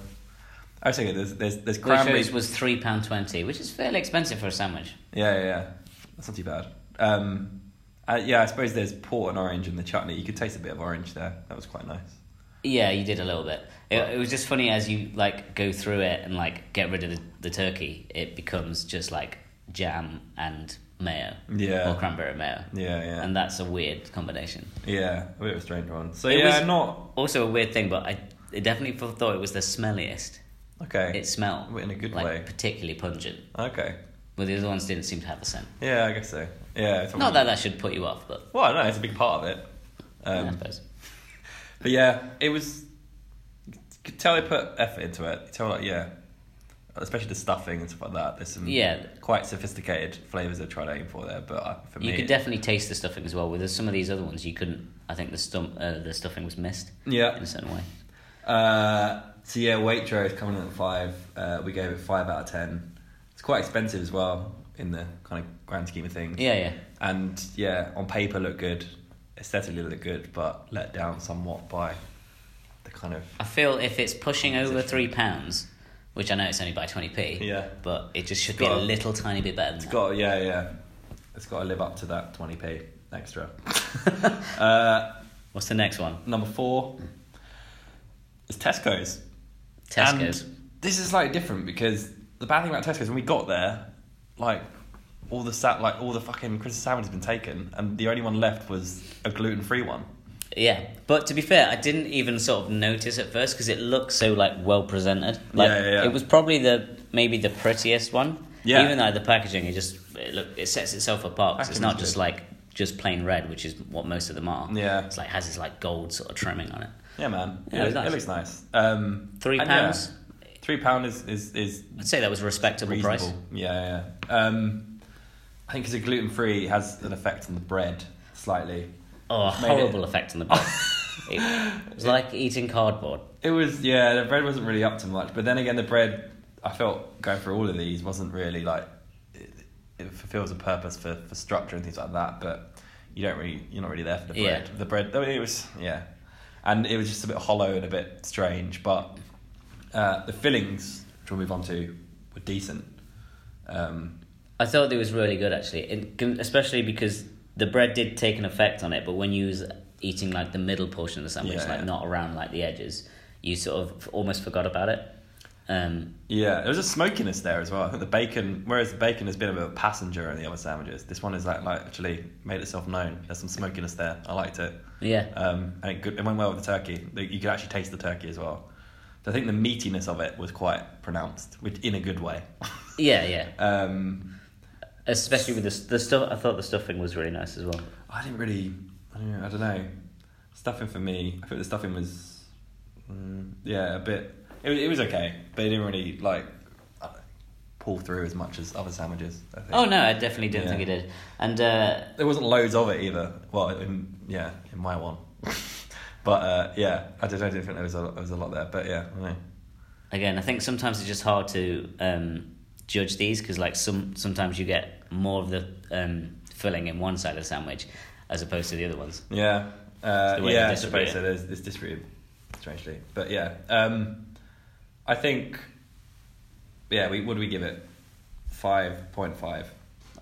Speaker 1: I was thinking there's there's there's cranberry.
Speaker 2: Which was three pound twenty, which is fairly expensive for a sandwich.
Speaker 1: Yeah, yeah, yeah. That's not too bad. Um, uh, yeah, I suppose there's port and orange in the chutney. You could taste a bit of orange there. That was quite nice.
Speaker 2: Yeah, you did a little bit. It, it was just funny as you like go through it and like get rid of the, the turkey, it becomes just like jam and mayo
Speaker 1: Yeah.
Speaker 2: or cranberry mayo,
Speaker 1: Yeah, yeah.
Speaker 2: and that's a weird combination.
Speaker 1: yeah, a bit of a strange one. So
Speaker 2: It
Speaker 1: yeah,
Speaker 2: was-
Speaker 1: not
Speaker 2: Also a weird thing, but I, I definitely thought it was the smelliest.
Speaker 1: okay.
Speaker 2: It smelled
Speaker 1: in a good
Speaker 2: like,
Speaker 1: way.
Speaker 2: particularly pungent.
Speaker 1: Okay.
Speaker 2: Well, the other ones didn't seem to have a scent.
Speaker 1: Yeah, I guess so. Yeah. It's
Speaker 2: Not that that should put you off, but
Speaker 1: Well, no, it's a big part of it.
Speaker 2: yeah,
Speaker 1: Um,
Speaker 2: I suppose.
Speaker 1: But yeah, it was. You could tell they put effort into it. You could tell, like, yeah, especially the stuffing and stuff like that. There's some
Speaker 2: Yeah.
Speaker 1: quite sophisticated flavors they're trying to aim for there. But I- for me,
Speaker 2: You could
Speaker 1: it-
Speaker 2: definitely taste the stuffing as well. With some of these other ones, you couldn't. I think the stum- uh, the stuffing was missed in
Speaker 1: yeah.
Speaker 2: a certain way.
Speaker 1: Uh, so yeah, Waitrose coming in at five. Uh, we gave it five out of ten. It's quite expensive as well in the kind of grand scheme of things.
Speaker 2: Yeah, yeah.
Speaker 1: And yeah, on paper looked good, aesthetically looked good, but let down somewhat by the kind of
Speaker 2: I feel if it's pushing over three pounds, which I know it's only by twenty p,
Speaker 1: Yeah.
Speaker 2: but it just should
Speaker 1: It's
Speaker 2: be a
Speaker 1: got a-
Speaker 2: little tiny bit better. Than
Speaker 1: It's
Speaker 2: that.
Speaker 1: got yeah, yeah. It's got to live up to that twenty p extra. uh,
Speaker 2: <laughs> What's the next one?
Speaker 1: number four is Tesco's.
Speaker 2: Tesco's.
Speaker 1: And this is slightly different because the bad thing about Tesco's when we got there, like all the sat like all the fucking Christmas sandwich has been taken, and the only one left was a gluten free one.
Speaker 2: yeah, but to be fair, I didn't even sort of notice at first because it looked so like well presented. Like,
Speaker 1: Yeah, yeah, yeah.
Speaker 2: It was probably the maybe the prettiest one.
Speaker 1: Yeah.
Speaker 2: Even though the packaging, it just it look it sets itself apart 'cause it's
Speaker 1: Packaging's
Speaker 2: not just
Speaker 1: good.
Speaker 2: like just plain red, which is what most of them are.
Speaker 1: Yeah.
Speaker 2: It's like has this like gold sort of trimming on it.
Speaker 1: Yeah, man. it,
Speaker 2: Yeah, it was
Speaker 1: it
Speaker 2: nice.
Speaker 1: looks nice. Um,
Speaker 2: Three
Speaker 1: and yeah,
Speaker 2: pounds.
Speaker 1: three pound is is is
Speaker 2: I'd say that was a respectable price.
Speaker 1: Yeah, yeah. Um, I think because gluten free has an effect on the bread slightly.
Speaker 2: Oh, a
Speaker 1: Made it-
Speaker 2: horrible effect on the
Speaker 1: <laughs>
Speaker 2: bread. it was like eating cardboard.
Speaker 1: It was yeah, the bread wasn't really up to much. But then again, the bread I felt going through all of these wasn't really like it, it fulfills a purpose for, for structure and things like that. But you don't really you're not really there for the
Speaker 2: Yeah.
Speaker 1: bread. The bread I mean, it was yeah, and it was just a bit hollow and a bit strange. But uh, the fillings, which we'll move on to, were decent. Um,
Speaker 2: I thought it was really good actually, it, con- especially because the bread did take an effect on it. But when you was eating like the middle portion of the sandwich,
Speaker 1: Yeah,
Speaker 2: like
Speaker 1: yeah.
Speaker 2: not around like the edges, you sort of f- almost forgot about it. Um,
Speaker 1: Yeah, there was a smokiness there as well. I think the bacon, whereas the bacon has been a bit of a passenger in the other sandwiches, this one has like, like actually made itself known. There's some smokiness there. I liked it,
Speaker 2: yeah,
Speaker 1: um, and it, good, it went well with the turkey. The- You could actually taste the turkey as well. So I think the meatiness of it was quite pronounced, which in a good way. <laughs>
Speaker 2: yeah, yeah.
Speaker 1: um,
Speaker 2: Especially with the s- the stuff, I thought the stuffing was really nice as well.
Speaker 1: I didn't really, I don't know. I don't know. Stuffing for me, I think the stuffing was, mm, yeah, a bit. It, was- it was okay, but it didn't really like uh, pull through as much as other sandwiches. I think.
Speaker 2: Oh no, I definitely didn't
Speaker 1: Yeah.
Speaker 2: think it did. And uh,
Speaker 1: There wasn't loads of it either. Well, in, yeah, in my one. <laughs> but uh, yeah, I did. I didn't think there was a there was a lot there. But yeah, I know.
Speaker 2: again, I think sometimes it's just hard to um, judge these because like some sometimes you get more of the um, filling in one side of the sandwich as opposed to the other ones.
Speaker 1: yeah, uh,
Speaker 2: It's the way
Speaker 1: yeah.
Speaker 2: they
Speaker 1: I suppose
Speaker 2: distribute
Speaker 1: so.
Speaker 2: it.
Speaker 1: There's it's distributed strangely, but yeah. Um, I think yeah. We what do we give it? Five point five.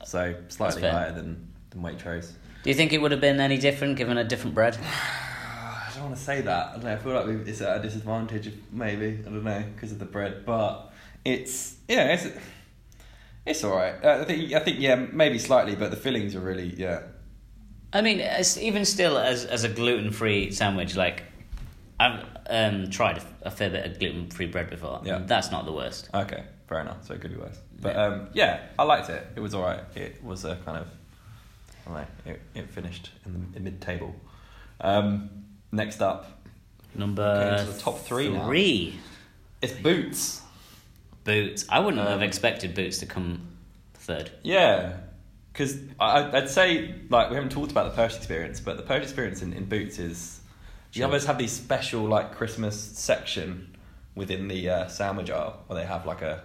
Speaker 1: So slightly
Speaker 2: fair.
Speaker 1: higher than than Waitrose.
Speaker 2: Do you think it would have been any different given a different bread?
Speaker 1: I don't want to say that. I don't know. I feel like we- it's at a disadvantage, if maybe. I don't know because of the bread, but it's yeah, it's it's all right. Uh, I think I think yeah, maybe slightly, but the fillings are really yeah.
Speaker 2: I mean, as, even still, as as a gluten free sandwich, like I've um, tried a, f- a fair bit of gluten free bread before.
Speaker 1: Yeah.
Speaker 2: that's not the worst.
Speaker 1: Okay, fair enough. So it could be worse, but
Speaker 2: Yeah.
Speaker 1: um, yeah, I liked it. It was all right. It was a kind of I don't know. It, it finished in the mid table. Um, next up,
Speaker 2: Number
Speaker 1: Okay, so the top three now.
Speaker 2: three
Speaker 1: it's Boots.
Speaker 2: boots. I wouldn't have
Speaker 1: Um,
Speaker 2: expected boots to come third.
Speaker 1: Yeah, because I'd say like we haven't talked about the Perch experience, but the Perch experience in, in Boots is The others have these special like Christmas section within the uh, sandwich aisle where they have like a,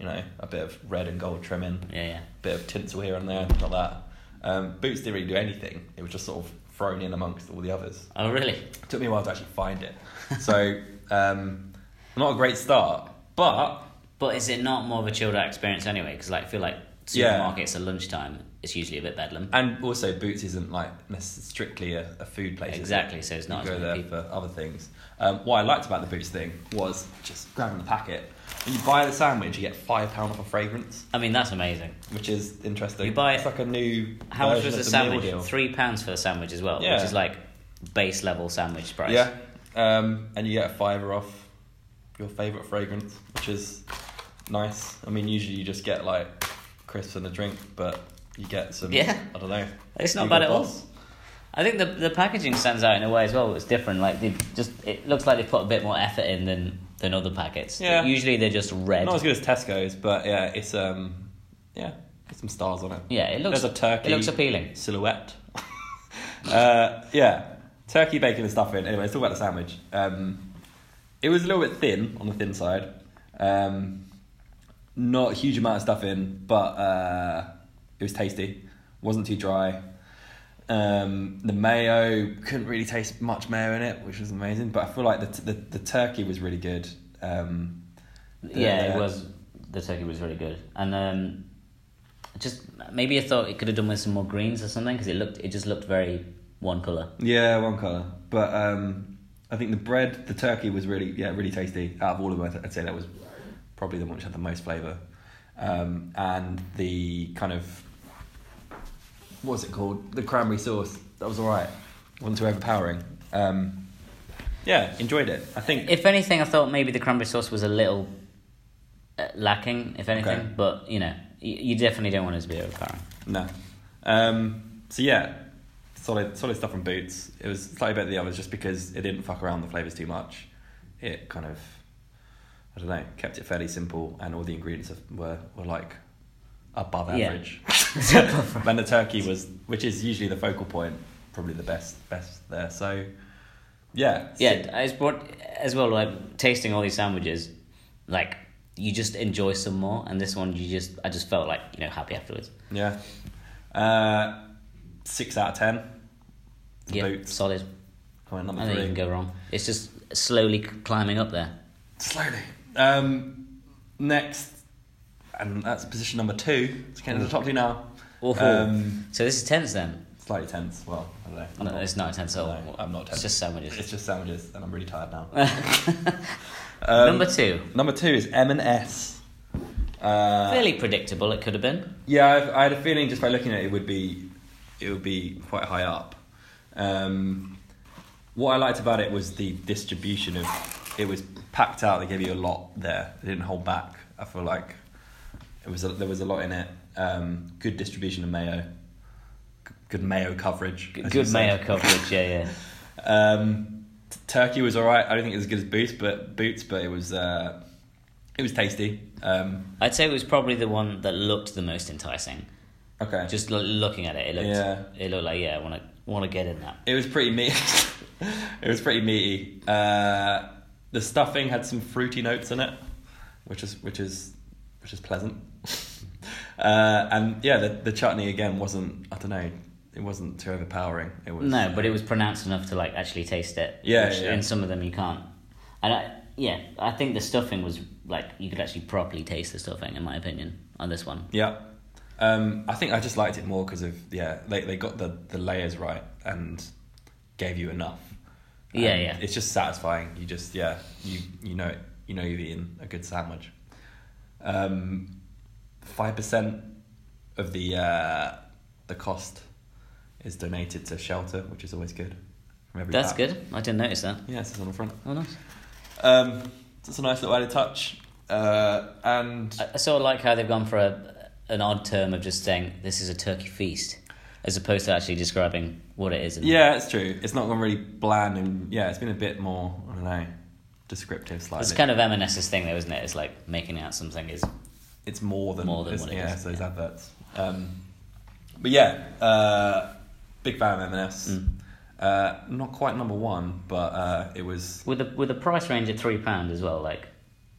Speaker 1: you know, a bit of red and gold trimming,
Speaker 2: Yeah, yeah.
Speaker 1: bit of tinsel here and there, and like that. Um, Boots didn't really do anything. It was just sort of thrown in amongst all the others.
Speaker 2: Oh, really?
Speaker 1: It took me a while to actually find it.
Speaker 2: <laughs>
Speaker 1: So, um, not a great start, but
Speaker 2: But is it not more of a chilled out experience anyway? Because like, I feel like
Speaker 1: Yeah.
Speaker 2: supermarkets at lunchtime it's usually a bit bedlam.
Speaker 1: and also Boots isn't like necess- strictly a, a food place. is it?
Speaker 2: Exactly, so it's not
Speaker 1: You
Speaker 2: as
Speaker 1: go there
Speaker 2: many people.
Speaker 1: for other things. Um, what I liked about the Boots thing was just grabbing the packet. When you buy the sandwich, you get five pound off a fragrance,
Speaker 2: I mean, that's amazing.
Speaker 1: which is interesting.
Speaker 2: You buy-
Speaker 1: it's like a new.
Speaker 2: How much
Speaker 1: version
Speaker 2: was the
Speaker 1: of meal
Speaker 2: sandwich?
Speaker 1: deal.
Speaker 2: Three pounds for the sandwich as well,
Speaker 1: Yeah.
Speaker 2: which is like base level sandwich price.
Speaker 1: Yeah, um, and you get a fiver off your favorite fragrance, which is nice. I mean, usually you just get like crisps and a drink, but you get some.
Speaker 2: Yeah.
Speaker 1: I don't know.
Speaker 2: It's not
Speaker 1: You
Speaker 2: bad
Speaker 1: got
Speaker 2: at all.
Speaker 1: boss.
Speaker 2: I think the the packaging stands out in a way as well. It's different. Like they just it looks like they put a bit more effort in than than other packets.
Speaker 1: Yeah.
Speaker 2: Usually they're just red.
Speaker 1: Not as good as Tesco's, but yeah, it's um, yeah, it's some stars on it.
Speaker 2: Yeah, it looks
Speaker 1: There's a turkey.
Speaker 2: It looks appealing.
Speaker 1: silhouette. <laughs> uh, yeah, turkey bacon and stuffing. Anyway, let's talk about the sandwich. Um, it was a little bit thin on the thin side. Um, not a huge amount of stuffing, but uh, it was tasty. wasn't too dry. Um, the mayo couldn't really taste much mayo in it, which was amazing. But I feel like the t- the, the turkey was really good. Um, the-
Speaker 2: yeah, it
Speaker 1: the-
Speaker 2: was. The turkey was really good, and um, just maybe I thought it could have done with some more greens or something because it looked it just looked very one color.
Speaker 1: Yeah, one color. But um, I think the bread, the turkey was really, yeah, really tasty. Out of all of them, I'd- I'd say that was probably the one which had the most flavor. Um, and the kind of what was it called? The cranberry sauce. That was all right. wasn't too overpowering. Um, yeah, enjoyed it. I think.
Speaker 2: If anything, I thought maybe the cranberry sauce was a little uh, lacking, if anything.
Speaker 1: Okay.
Speaker 2: But you know, you, you definitely don't want it to be overpowering.
Speaker 1: No. Um, so yeah, solid solid stuff from Boots. It was slightly better than the others just because it didn't fuck around the flavors too much. It kind of, I don't know, kept it fairly simple, and all the ingredients of- were were like above
Speaker 2: Yeah. <laughs>
Speaker 1: average. <laughs> and the turkey was, which is usually the focal point, probably the best best there. So yeah,
Speaker 2: Yeah, it's what as well. Like tasting all these sandwiches, like you just enjoy some more, and this one you just I just felt like you know happy afterwards.
Speaker 1: yeah. Uh, six out of ten. for
Speaker 2: Yeah,
Speaker 1: Boots.
Speaker 2: solid.
Speaker 1: Come on, number
Speaker 2: I think
Speaker 1: three.
Speaker 2: you can go wrong. It's just slowly c- climbing up there.
Speaker 1: Slowly. Um, next, and that's position number two. It's getting to the top two now.
Speaker 2: Ooh.
Speaker 1: Um,
Speaker 2: So this is tense then.
Speaker 1: slightly tense. Well, I don't know. I'm
Speaker 2: No,
Speaker 1: not-
Speaker 2: it's not tense at all.
Speaker 1: No, I'm not tense.
Speaker 2: It's just sandwiches. <laughs>
Speaker 1: It's just sandwiches, and I'm really tired now. Um,
Speaker 2: Number two,
Speaker 1: Number two is M and S. Uh,
Speaker 2: fairly predictable. It could have been.
Speaker 1: Yeah, I, I had a feeling just by looking at it, it would be, it would be quite high up. Um, what I liked about it was the distribution of. It was packed out. They gave you a lot there. They didn't hold back. I feel like it was a, there was a lot in it. Um, good distribution of mayo. G- Good mayo coverage.
Speaker 2: G-
Speaker 1: as you
Speaker 2: Good
Speaker 1: said.
Speaker 2: mayo coverage. Yeah, yeah.
Speaker 1: Um, t- turkey was all right. I don't think it was as good as boots, but boots, but it was uh, it was tasty. Um,
Speaker 2: I'd say it was probably the one that looked the most enticing.
Speaker 1: okay.
Speaker 2: Just l- looking at it, it looked.
Speaker 1: Yeah.
Speaker 2: It looked like yeah, I want to want to get in that.
Speaker 1: It was pretty meaty. <laughs> it was pretty meaty. Uh, the stuffing had some fruity notes in it, which is which is which is pleasant. <laughs> uh, and yeah, the, the chutney again wasn't. I don't know. It wasn't too overpowering. It was
Speaker 2: No, but it was pronounced enough to like actually taste it.
Speaker 1: Yeah,
Speaker 2: which
Speaker 1: yeah.
Speaker 2: In some of them you can't, and I yeah, I think the stuffing was like you could actually properly taste the stuffing in my opinion on this one.
Speaker 1: Yeah. Um, I think I just liked it more because of yeah they they got the, the layers right and gave you enough.
Speaker 2: Yeah,
Speaker 1: And
Speaker 2: yeah.
Speaker 1: It's just satisfying. You just yeah you you know you know you've eaten a good sandwich. Um, five percent of the uh, the cost is donated to shelter, which is always good. from every
Speaker 2: That's
Speaker 1: pack.
Speaker 2: good. I didn't notice that.
Speaker 1: Yeah, it's on the front.
Speaker 2: Oh nice.
Speaker 1: Um, that's a nice little added touch. Uh, and
Speaker 2: I, I sort of like how they've gone for a an odd term of just saying this is a turkey feast, as opposed to actually describing what it is. And
Speaker 1: Yeah, it's true. It's not gone really bland, and yeah, it's been a bit more. I don't know, descriptive slightly.
Speaker 2: It's kind of M&S's thing though, isn't it? It's like making out something is
Speaker 1: It's more than
Speaker 2: More than
Speaker 1: it's-
Speaker 2: what it
Speaker 1: yeah,
Speaker 2: is,
Speaker 1: it's those
Speaker 2: yeah. Mm.
Speaker 1: adverts. Um, but yeah, uh, big fan of M&S. Uh, not quite number one, but uh, it was.
Speaker 2: with a with a price range at three pound as well. Like,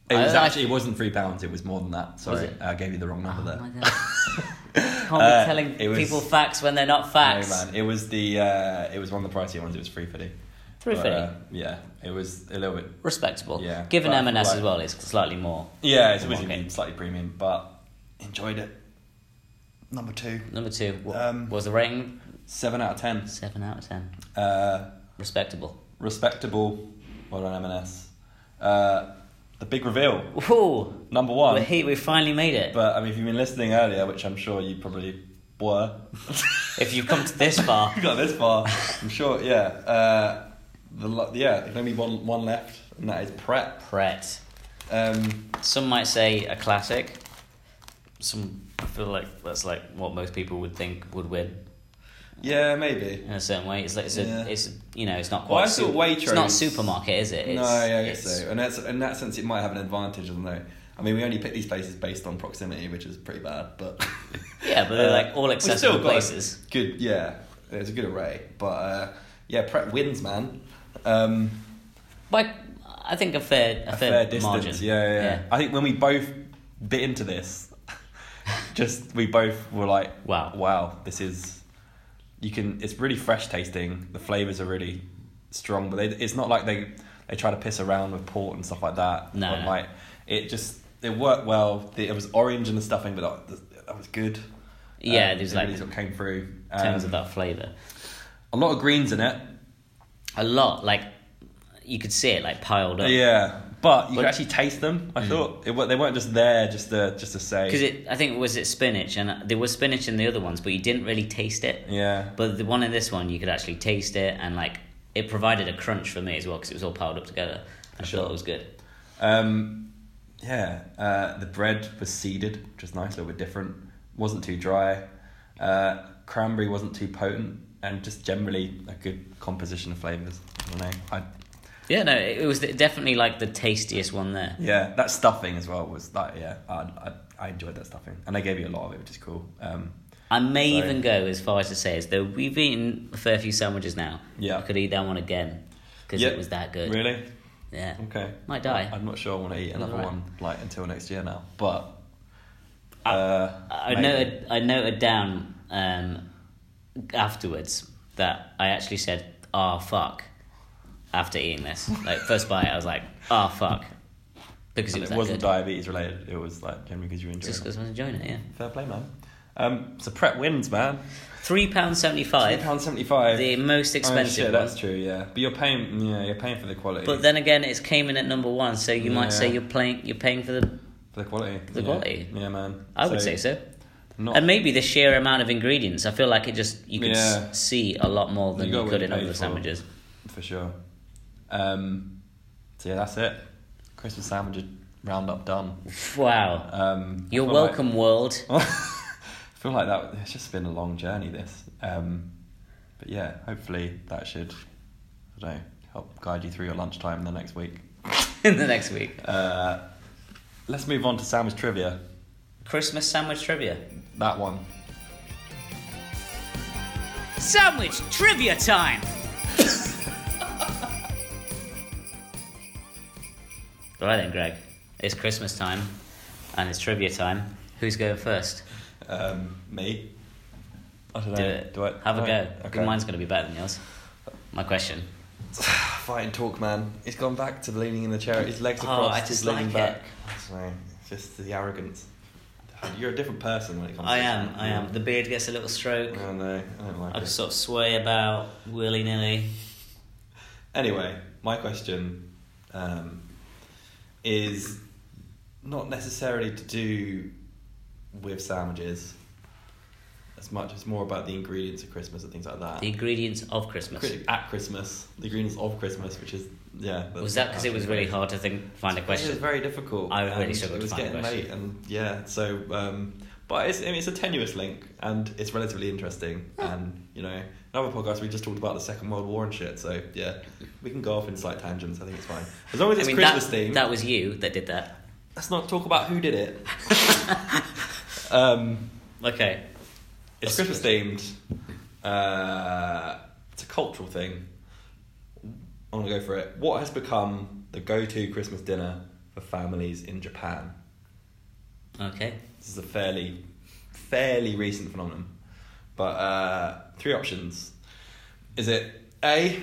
Speaker 1: It was
Speaker 2: I-
Speaker 1: actually it wasn't three pounds. It was more than that. Sorry,
Speaker 2: Oh, it?
Speaker 1: I gave you the wrong number
Speaker 2: oh
Speaker 1: there. <laughs>
Speaker 2: my god, can't
Speaker 1: Uh,
Speaker 2: be telling
Speaker 1: it was-
Speaker 2: people facts when they're not
Speaker 1: No,
Speaker 2: facts.
Speaker 1: man, it was the uh, it was one of the pricier ones. It was three fifty.
Speaker 2: Three
Speaker 1: But,
Speaker 2: fifty,
Speaker 1: uh, yeah, it was a little bit.
Speaker 2: respectable.
Speaker 1: yeah,
Speaker 2: Given
Speaker 1: but,
Speaker 2: M and S as
Speaker 1: like-
Speaker 2: well, it's slightly more.
Speaker 1: Yeah, it's always
Speaker 2: Okay.
Speaker 1: gonna be slightly premium, but enjoyed it.
Speaker 3: Number two.
Speaker 2: Number two, what
Speaker 3: Um,
Speaker 2: was the rating?
Speaker 1: Seven out of ten.
Speaker 2: Seven out of ten.
Speaker 1: Uh,
Speaker 2: Respectable.
Speaker 1: respectable. Well done, M&S. Uh, the big reveal,
Speaker 2: Whoa,
Speaker 1: number
Speaker 2: we're
Speaker 1: one.
Speaker 2: here. We finally made it.
Speaker 1: But I mean, if you've been listening earlier, which I'm sure you probably were,
Speaker 2: <laughs> if you've come to this far,
Speaker 1: <laughs> you got this far. I'm sure. Yeah. Uh, the lo- yeah. There's only one one left, and that is prep.
Speaker 2: Pret.
Speaker 1: Um,
Speaker 2: Some might say a classic. Some I feel like that's like what most people would think would win
Speaker 1: yeah, maybe.
Speaker 2: in a certain way. It's like it's,
Speaker 1: Yeah.
Speaker 2: a, it's you know it's not quite.
Speaker 1: Well, I thought Waitrose-
Speaker 2: It's not supermarket, is it? It's,
Speaker 1: no, yeah, I guess
Speaker 2: it's-
Speaker 1: so. And that's in that sense, it might have an advantage, although. I mean, we only pick these places based on proximity, which is pretty bad, but
Speaker 2: <laughs> Yeah, but they're
Speaker 1: Uh,
Speaker 2: like all
Speaker 1: we've still
Speaker 2: accessible
Speaker 1: got a
Speaker 2: places.
Speaker 1: Good, yeah. It's a good array, but uh, yeah, prep wins, man. Um,
Speaker 2: By I think a fair a,
Speaker 1: a
Speaker 2: fair,
Speaker 1: fair distance.
Speaker 2: margin.
Speaker 1: Yeah, yeah, yeah. I think when we both bit into this, <laughs> just we both were like,
Speaker 2: Wow.
Speaker 1: wow, this is you can. It's really fresh tasting. The flavors are really strong, but they, it's not like they they try to piss around with port and stuff like that.
Speaker 2: No,
Speaker 1: Or
Speaker 2: no.
Speaker 1: like it just it worked well. The, it was orange and the stuffing, but that, that was good.
Speaker 2: Yeah,
Speaker 1: Um,
Speaker 2: there's
Speaker 1: it
Speaker 2: like
Speaker 1: really sort of came through.
Speaker 2: in terms
Speaker 1: Um,
Speaker 2: of that flavour.
Speaker 1: a lot of greens in it.
Speaker 2: A lot, like you could see it like piled up.
Speaker 1: Yeah, but you
Speaker 2: But- Mm.
Speaker 1: could actually taste them. I thought it, wa- they weren't just there just to just to say.
Speaker 2: Because it, I think was it spinach, and there was spinach in the other ones, but you didn't really taste it.
Speaker 1: yeah,
Speaker 2: But the one in this one, you could actually taste it, and like it provided a crunch for me as well because it was all piled up together. I
Speaker 1: sure.
Speaker 2: sure. thought it was good.
Speaker 1: um, yeah. Uh, the bread was seeded, which was nice, a little bit different. wasn't too dry. Uh, cranberry wasn't too potent, and just generally a good composition of flavors. I don't know. I,
Speaker 2: Yeah, no, it it was definitely like the tastiest one there.
Speaker 1: yeah, that stuffing as well was that. Yeah, I, I I enjoyed that stuffing, and they gave you a lot of it, which is cool. Um,
Speaker 2: I may
Speaker 1: Sorry.
Speaker 2: even go as far as to say is though we've eaten a fair few sandwiches now.
Speaker 1: Yeah.
Speaker 2: I could eat that one again because
Speaker 1: Yeah.
Speaker 2: it was that good.
Speaker 1: really?
Speaker 2: Yeah.
Speaker 1: Okay.
Speaker 2: Might die.
Speaker 1: I'm not sure I want to eat another
Speaker 2: Right.
Speaker 1: one like until next year now, but. Uh,
Speaker 2: I
Speaker 1: maybe.
Speaker 2: noted I noted down um, afterwards that I actually said "ah fuck" after eating this. Like first bite, I was like "ah fuck" because
Speaker 1: And
Speaker 2: it was
Speaker 1: it
Speaker 2: that
Speaker 1: wasn't
Speaker 2: good.
Speaker 1: diabetes related. It was like generally because you enjoyed
Speaker 2: Just
Speaker 1: it.
Speaker 2: because I was enjoying it. Yeah.
Speaker 1: Fair play, man. Um, so prep wins, man.
Speaker 2: Three pound seventy
Speaker 1: Three
Speaker 2: five,
Speaker 1: pound seventy five.
Speaker 2: the most expensive one.
Speaker 1: that's true. Yeah, but you're paying. Yeah, you're paying for the quality.
Speaker 2: But then again, it's came in at number one, so you might say
Speaker 1: Yeah.
Speaker 2: you're playing, you're paying for the.
Speaker 1: for the quality.
Speaker 2: The
Speaker 1: yeah.
Speaker 2: quality.
Speaker 1: Yeah, man.
Speaker 2: I would say so.
Speaker 1: Not,
Speaker 2: And maybe the sheer amount of ingredients. I feel like it just you could s-
Speaker 1: Yeah.
Speaker 2: see a lot more
Speaker 1: You
Speaker 2: than you,
Speaker 1: got what
Speaker 2: could
Speaker 1: you
Speaker 2: in
Speaker 1: paid
Speaker 2: other
Speaker 1: for.
Speaker 2: sandwiches.
Speaker 1: for sure. Um, so yeah, that's it. Christmas sandwich roundup done.
Speaker 2: Wow.
Speaker 1: Um, I feel
Speaker 2: You're
Speaker 1: like-
Speaker 2: welcome, world.
Speaker 1: <laughs> I feel like that. It's just been a long journey. This, um, but yeah, hopefully that should, I don't know, help guide you through your lunchtime the next week.
Speaker 2: <laughs> in the next week.
Speaker 1: Uh, let's move on to Sam's trivia.
Speaker 2: Christmas sandwich trivia.
Speaker 1: That one.
Speaker 2: Sandwich trivia <laughs> time! Alright then, Greg. It's Christmas time and it's trivia time. Who's going first?
Speaker 1: Um, me. I don't know.
Speaker 2: Do it.
Speaker 1: Do I
Speaker 2: Have a
Speaker 1: no?
Speaker 2: go. I think
Speaker 1: Okay.
Speaker 2: Mine's going to be better than yours. My question.
Speaker 3: <sighs> Fighting talk, man. He's gone back to leaning in the chair. His legs are
Speaker 2: Oh, I
Speaker 3: crossed. He's
Speaker 2: dislike
Speaker 3: leaning
Speaker 2: it.
Speaker 3: back. Sorry, it's just the arrogance. You're a different person when it comes.
Speaker 2: I
Speaker 3: to
Speaker 2: am, I am. The beard gets a little stroke.
Speaker 3: Oh no, I don't like
Speaker 2: I
Speaker 3: it.
Speaker 2: sort of sway about willy nilly.
Speaker 3: Anyway, my question um, is not necessarily to do with sandwiches as much. It's more about the ingredients of Christmas and things like that.
Speaker 2: The ingredients of Christmas.
Speaker 3: Cri- at Christmas, the ingredients of Christmas, which is yeah. that's-
Speaker 2: Was that because it was really hard to think, find a
Speaker 3: It was
Speaker 2: question?
Speaker 3: very difficult.
Speaker 2: I really
Speaker 3: and
Speaker 2: struggled
Speaker 3: It
Speaker 2: to
Speaker 3: was
Speaker 2: find a
Speaker 3: getting
Speaker 2: question.
Speaker 3: late, and yeah. So, um, but it's I mean, it's a tenuous link, and it's relatively interesting. And you know, another podcast we just talked about the Second World War and shit. So yeah, we can go off in slight tangents. I think it's fine as long as
Speaker 2: I
Speaker 3: it's
Speaker 2: mean,
Speaker 3: Christmas
Speaker 2: that,
Speaker 3: themed.
Speaker 2: that was you that did that.
Speaker 3: Let's not talk about who did
Speaker 2: <laughs>
Speaker 3: it. um,
Speaker 2: Okay.
Speaker 3: it's
Speaker 2: That's
Speaker 3: Christmas themed. Uh,
Speaker 1: it's a cultural thing. I'm gonna go for it. What has become the go-to Christmas dinner for families in Japan?
Speaker 2: Okay.
Speaker 1: This is a fairly, fairly recent phenomenon. But uh, three options: is it a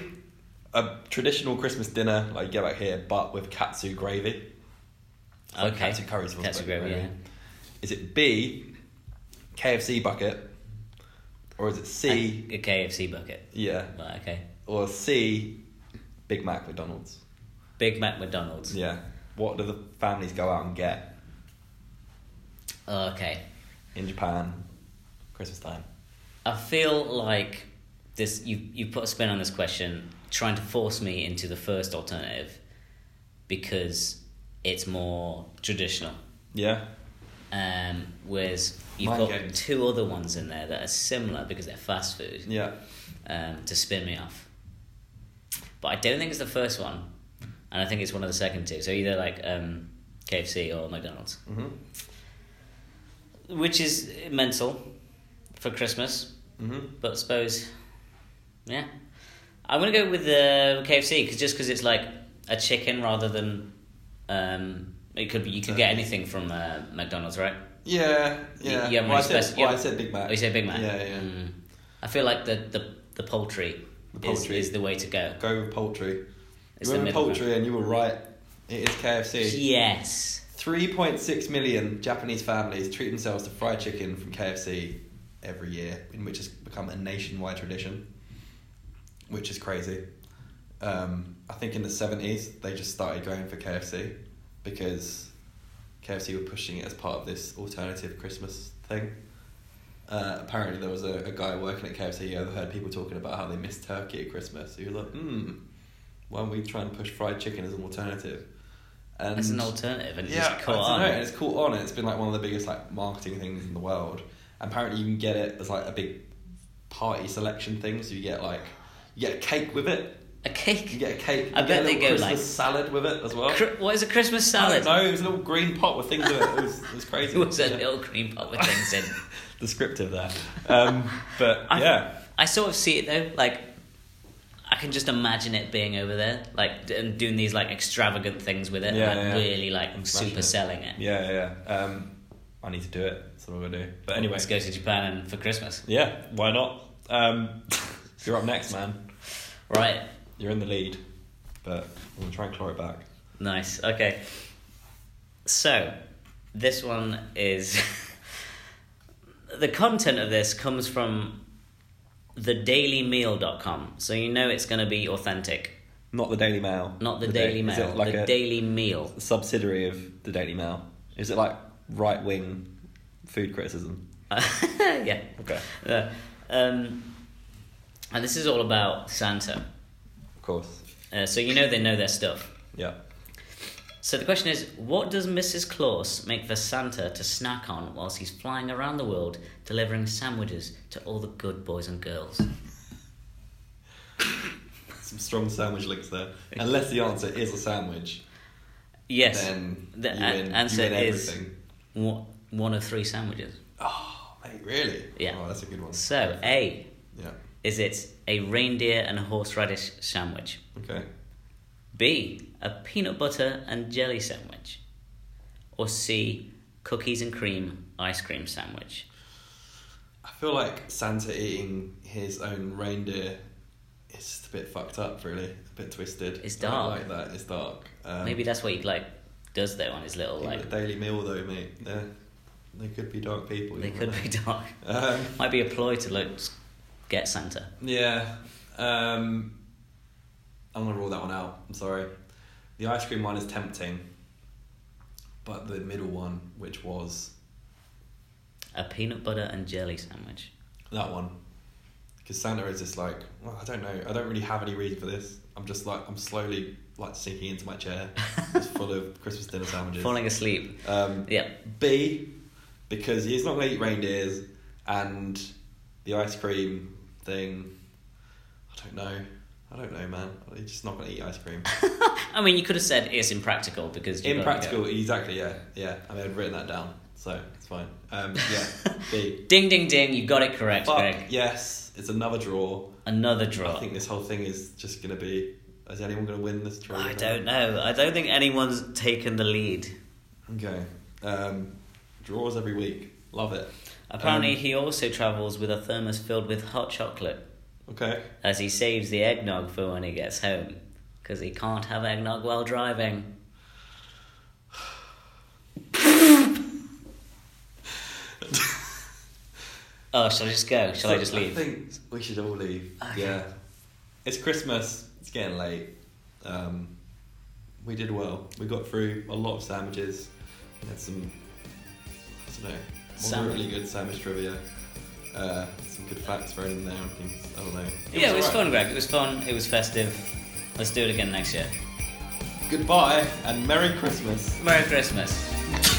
Speaker 1: a traditional Christmas dinner like you get back here, but with katsu gravy? It's like
Speaker 2: Okay.
Speaker 1: katsu curry sauce.
Speaker 2: Katsu
Speaker 1: but
Speaker 2: gravy, yeah.
Speaker 1: Is it B, KFC bucket, or is it C?
Speaker 2: A, a KFC bucket.
Speaker 1: yeah,
Speaker 2: Right, okay.
Speaker 1: or C, Big Mac McDonald's.
Speaker 2: Big Mac McDonald's.
Speaker 1: Yeah. What do the families go out and get
Speaker 2: Okay.
Speaker 1: in Japan Christmas time?
Speaker 2: I feel like this you you put a spin on this question, trying to force me into the first alternative because it's more traditional.
Speaker 1: Yeah.
Speaker 2: Um, whereas you've
Speaker 1: Mind
Speaker 2: got
Speaker 1: games.
Speaker 2: two other ones in there that are similar because they're fast food
Speaker 1: Yeah.
Speaker 2: um, to spin me off. But I don't think it's the first one, and I think it's one of the second two. So either like um, KFC or McDonald's,
Speaker 1: Mhm.
Speaker 2: which is mental for Christmas.
Speaker 1: Mhm.
Speaker 2: But I suppose, yeah, I'm gonna go with uh, the KFC because just because it's like a chicken rather than um, it could be you could get anything from uh, McDonald's, right?
Speaker 1: Yeah. Yeah.
Speaker 2: You- you haven't
Speaker 1: well, I
Speaker 2: really
Speaker 1: said,
Speaker 2: spec- you
Speaker 1: well, I
Speaker 2: haven't-
Speaker 1: said Big Mac.
Speaker 2: Oh, you say Big Mac.
Speaker 1: Uh, Yeah, yeah.
Speaker 2: Mm. I feel like the the the poultry,
Speaker 1: The poultry.
Speaker 2: Is, is the way to go.
Speaker 1: Go with poultry.
Speaker 2: It's
Speaker 1: you went with
Speaker 2: the middle
Speaker 1: poultry, and you were right. It is KFC.
Speaker 2: Yes.
Speaker 1: 3.6 million Japanese families treat themselves to fried chicken from KFC every year, in which has become a nationwide tradition, which is crazy. Um, I think in the 70s, they just started going for KFC because KFC were pushing it as part of this alternative Christmas thing. Uh, apparently, there was a, a guy working at KFC who overheard people talking about how they missed turkey at Christmas. He was like, hmm, why don't we try and push fried chicken as an alternative? And
Speaker 2: It's an alternative, and it's
Speaker 1: yeah,
Speaker 2: just caught
Speaker 1: I
Speaker 2: on.
Speaker 1: don't know, and it's caught on, and it's been like one of the biggest like marketing things in the world. Apparently, you can get it as like a big party selection thing. So you get like you get a cake with it.
Speaker 2: A cake.
Speaker 1: You get a cake.
Speaker 2: I
Speaker 1: you
Speaker 2: bet
Speaker 1: get a
Speaker 2: they
Speaker 1: little
Speaker 2: go
Speaker 1: Christmas
Speaker 2: like-
Speaker 1: salad with it as well.
Speaker 2: Cri- what is a Christmas salad?
Speaker 1: No,
Speaker 2: <laughs>
Speaker 1: it was a little green pot with things in it. It was, <laughs> it was crazy.
Speaker 2: It was a
Speaker 1: Yeah.
Speaker 2: little cream pot with
Speaker 1: <laughs>
Speaker 2: things in.
Speaker 1: Descriptive there, um, but
Speaker 2: I-
Speaker 1: yeah,
Speaker 2: I sort of see it though, like I can just imagine it being over there, like d- and doing these like extravagant things with it,
Speaker 1: Yeah,
Speaker 2: and like,
Speaker 1: yeah.
Speaker 2: really like
Speaker 1: And smashing
Speaker 2: super
Speaker 1: it.
Speaker 2: selling it.
Speaker 1: yeah, yeah. yeah. Um, I need to do it. That's what I'm gonna do. But anyway,
Speaker 2: let's go to Japan and for Christmas,
Speaker 1: yeah, why not? Um, <laughs> you're up next, man.
Speaker 2: right?
Speaker 1: You're in the lead, but I'm gonna try and claw it back.
Speaker 2: Nice. Okay. So, this one is. <laughs> the content of this comes from thedailymeal.com. So, you know it's going to be authentic.
Speaker 1: Not the Daily Mail.
Speaker 2: Not the, Daily
Speaker 1: Da-
Speaker 2: Mail.
Speaker 1: Is it like
Speaker 2: the
Speaker 1: a
Speaker 2: Daily Meal.
Speaker 1: subsidiary of the Daily Mail? Is it like right wing food criticism?
Speaker 2: <laughs> yeah.
Speaker 1: Okay.
Speaker 2: Uh, um, and this is all about Santa.
Speaker 1: Of course.
Speaker 2: Uh, so, you know they know their stuff.
Speaker 1: Yeah.
Speaker 2: So the question is, what does Mrs. Claus make for Santa to snack on whilst he's flying around the world delivering sandwiches to all the good boys and girls?
Speaker 1: Some strong sandwich links there. Unless the answer is a sandwich,
Speaker 2: Yes.
Speaker 1: then
Speaker 2: the
Speaker 1: you
Speaker 2: a-
Speaker 1: win,
Speaker 2: answer
Speaker 1: you win
Speaker 2: is
Speaker 1: everything.
Speaker 2: one, one of three sandwiches.
Speaker 1: Oh, mate, really?
Speaker 2: Yeah.
Speaker 1: Oh, that's a good one.
Speaker 2: So A
Speaker 1: Yeah.
Speaker 2: is it a reindeer and horseradish sandwich?
Speaker 1: Okay.
Speaker 2: B a peanut butter and jelly sandwich, or C cookies and cream ice cream sandwich?
Speaker 1: I feel like Santa eating his own reindeer is just a bit fucked up, really. A bit twisted.
Speaker 2: It's
Speaker 1: I don't
Speaker 2: dark.
Speaker 1: like that. It's dark. Um,
Speaker 2: Maybe that's what he like does though on his little
Speaker 1: I
Speaker 2: like.
Speaker 1: think the Daily Mail, though, mate. They're, they could be dark people.
Speaker 2: They
Speaker 1: you
Speaker 2: could
Speaker 1: know. <laughs>
Speaker 2: be dark.
Speaker 1: Um,
Speaker 2: Might be a ploy to like s- get Santa.
Speaker 1: Yeah. Um, I'm going to rule that one out. I'm sorry. The ice cream one is tempting. But the middle one, which was
Speaker 2: A peanut butter and jelly sandwich.
Speaker 1: that one. Because Santa is just like, well, I don't know. I don't really have any reason for this. I'm just like, I'm slowly like sinking into my chair. it's full of Christmas dinner sandwiches.
Speaker 2: Falling asleep.
Speaker 1: Um,
Speaker 2: Yeah.
Speaker 1: B, because he's not going to eat reindeers and the ice cream thing. I don't know. I don't know, man. He's just not going to eat ice cream.
Speaker 2: I mean, you could have said it's impractical because you've got to go-
Speaker 1: Impractical, exactly. Yeah, yeah. I mean, I've written that
Speaker 2: <laughs>
Speaker 1: down, so it's fine. Um, yeah, B.
Speaker 2: Ding ding ding! You got it correct,
Speaker 1: Fuck
Speaker 2: Greg.
Speaker 1: yes, It's another draw.
Speaker 2: Another draw.
Speaker 1: I think this whole thing is just going to be. Is anyone going to win this draw?
Speaker 2: I don't know. I don't think anyone's taken the lead.
Speaker 1: Okay. Um, draws every week. Love it.
Speaker 2: Apparently,
Speaker 1: Um,
Speaker 2: he also travels with a thermos filled with hot chocolate
Speaker 1: okay.
Speaker 2: as he saves the eggnog for when he gets home because he can't have eggnog
Speaker 1: <laughs>
Speaker 2: while driving. oh, shall I just go? Shall I
Speaker 1: So
Speaker 2: just leave?
Speaker 1: I think we should all leave.
Speaker 2: Okay.
Speaker 1: Yeah. It's Christmas. It's getting late. Um, we did well. We got through a lot of sandwiches. We had some, I don't know, some
Speaker 2: Sandwich.
Speaker 1: really good sandwich trivia. Uh, some good facts thrown in there and things. I don't know.
Speaker 2: yeah, it was
Speaker 1: alright.
Speaker 2: fun, Greg. It was fun. It was festive. Let's do it again next year.
Speaker 1: Goodbye and Merry Christmas.
Speaker 2: Merry Christmas.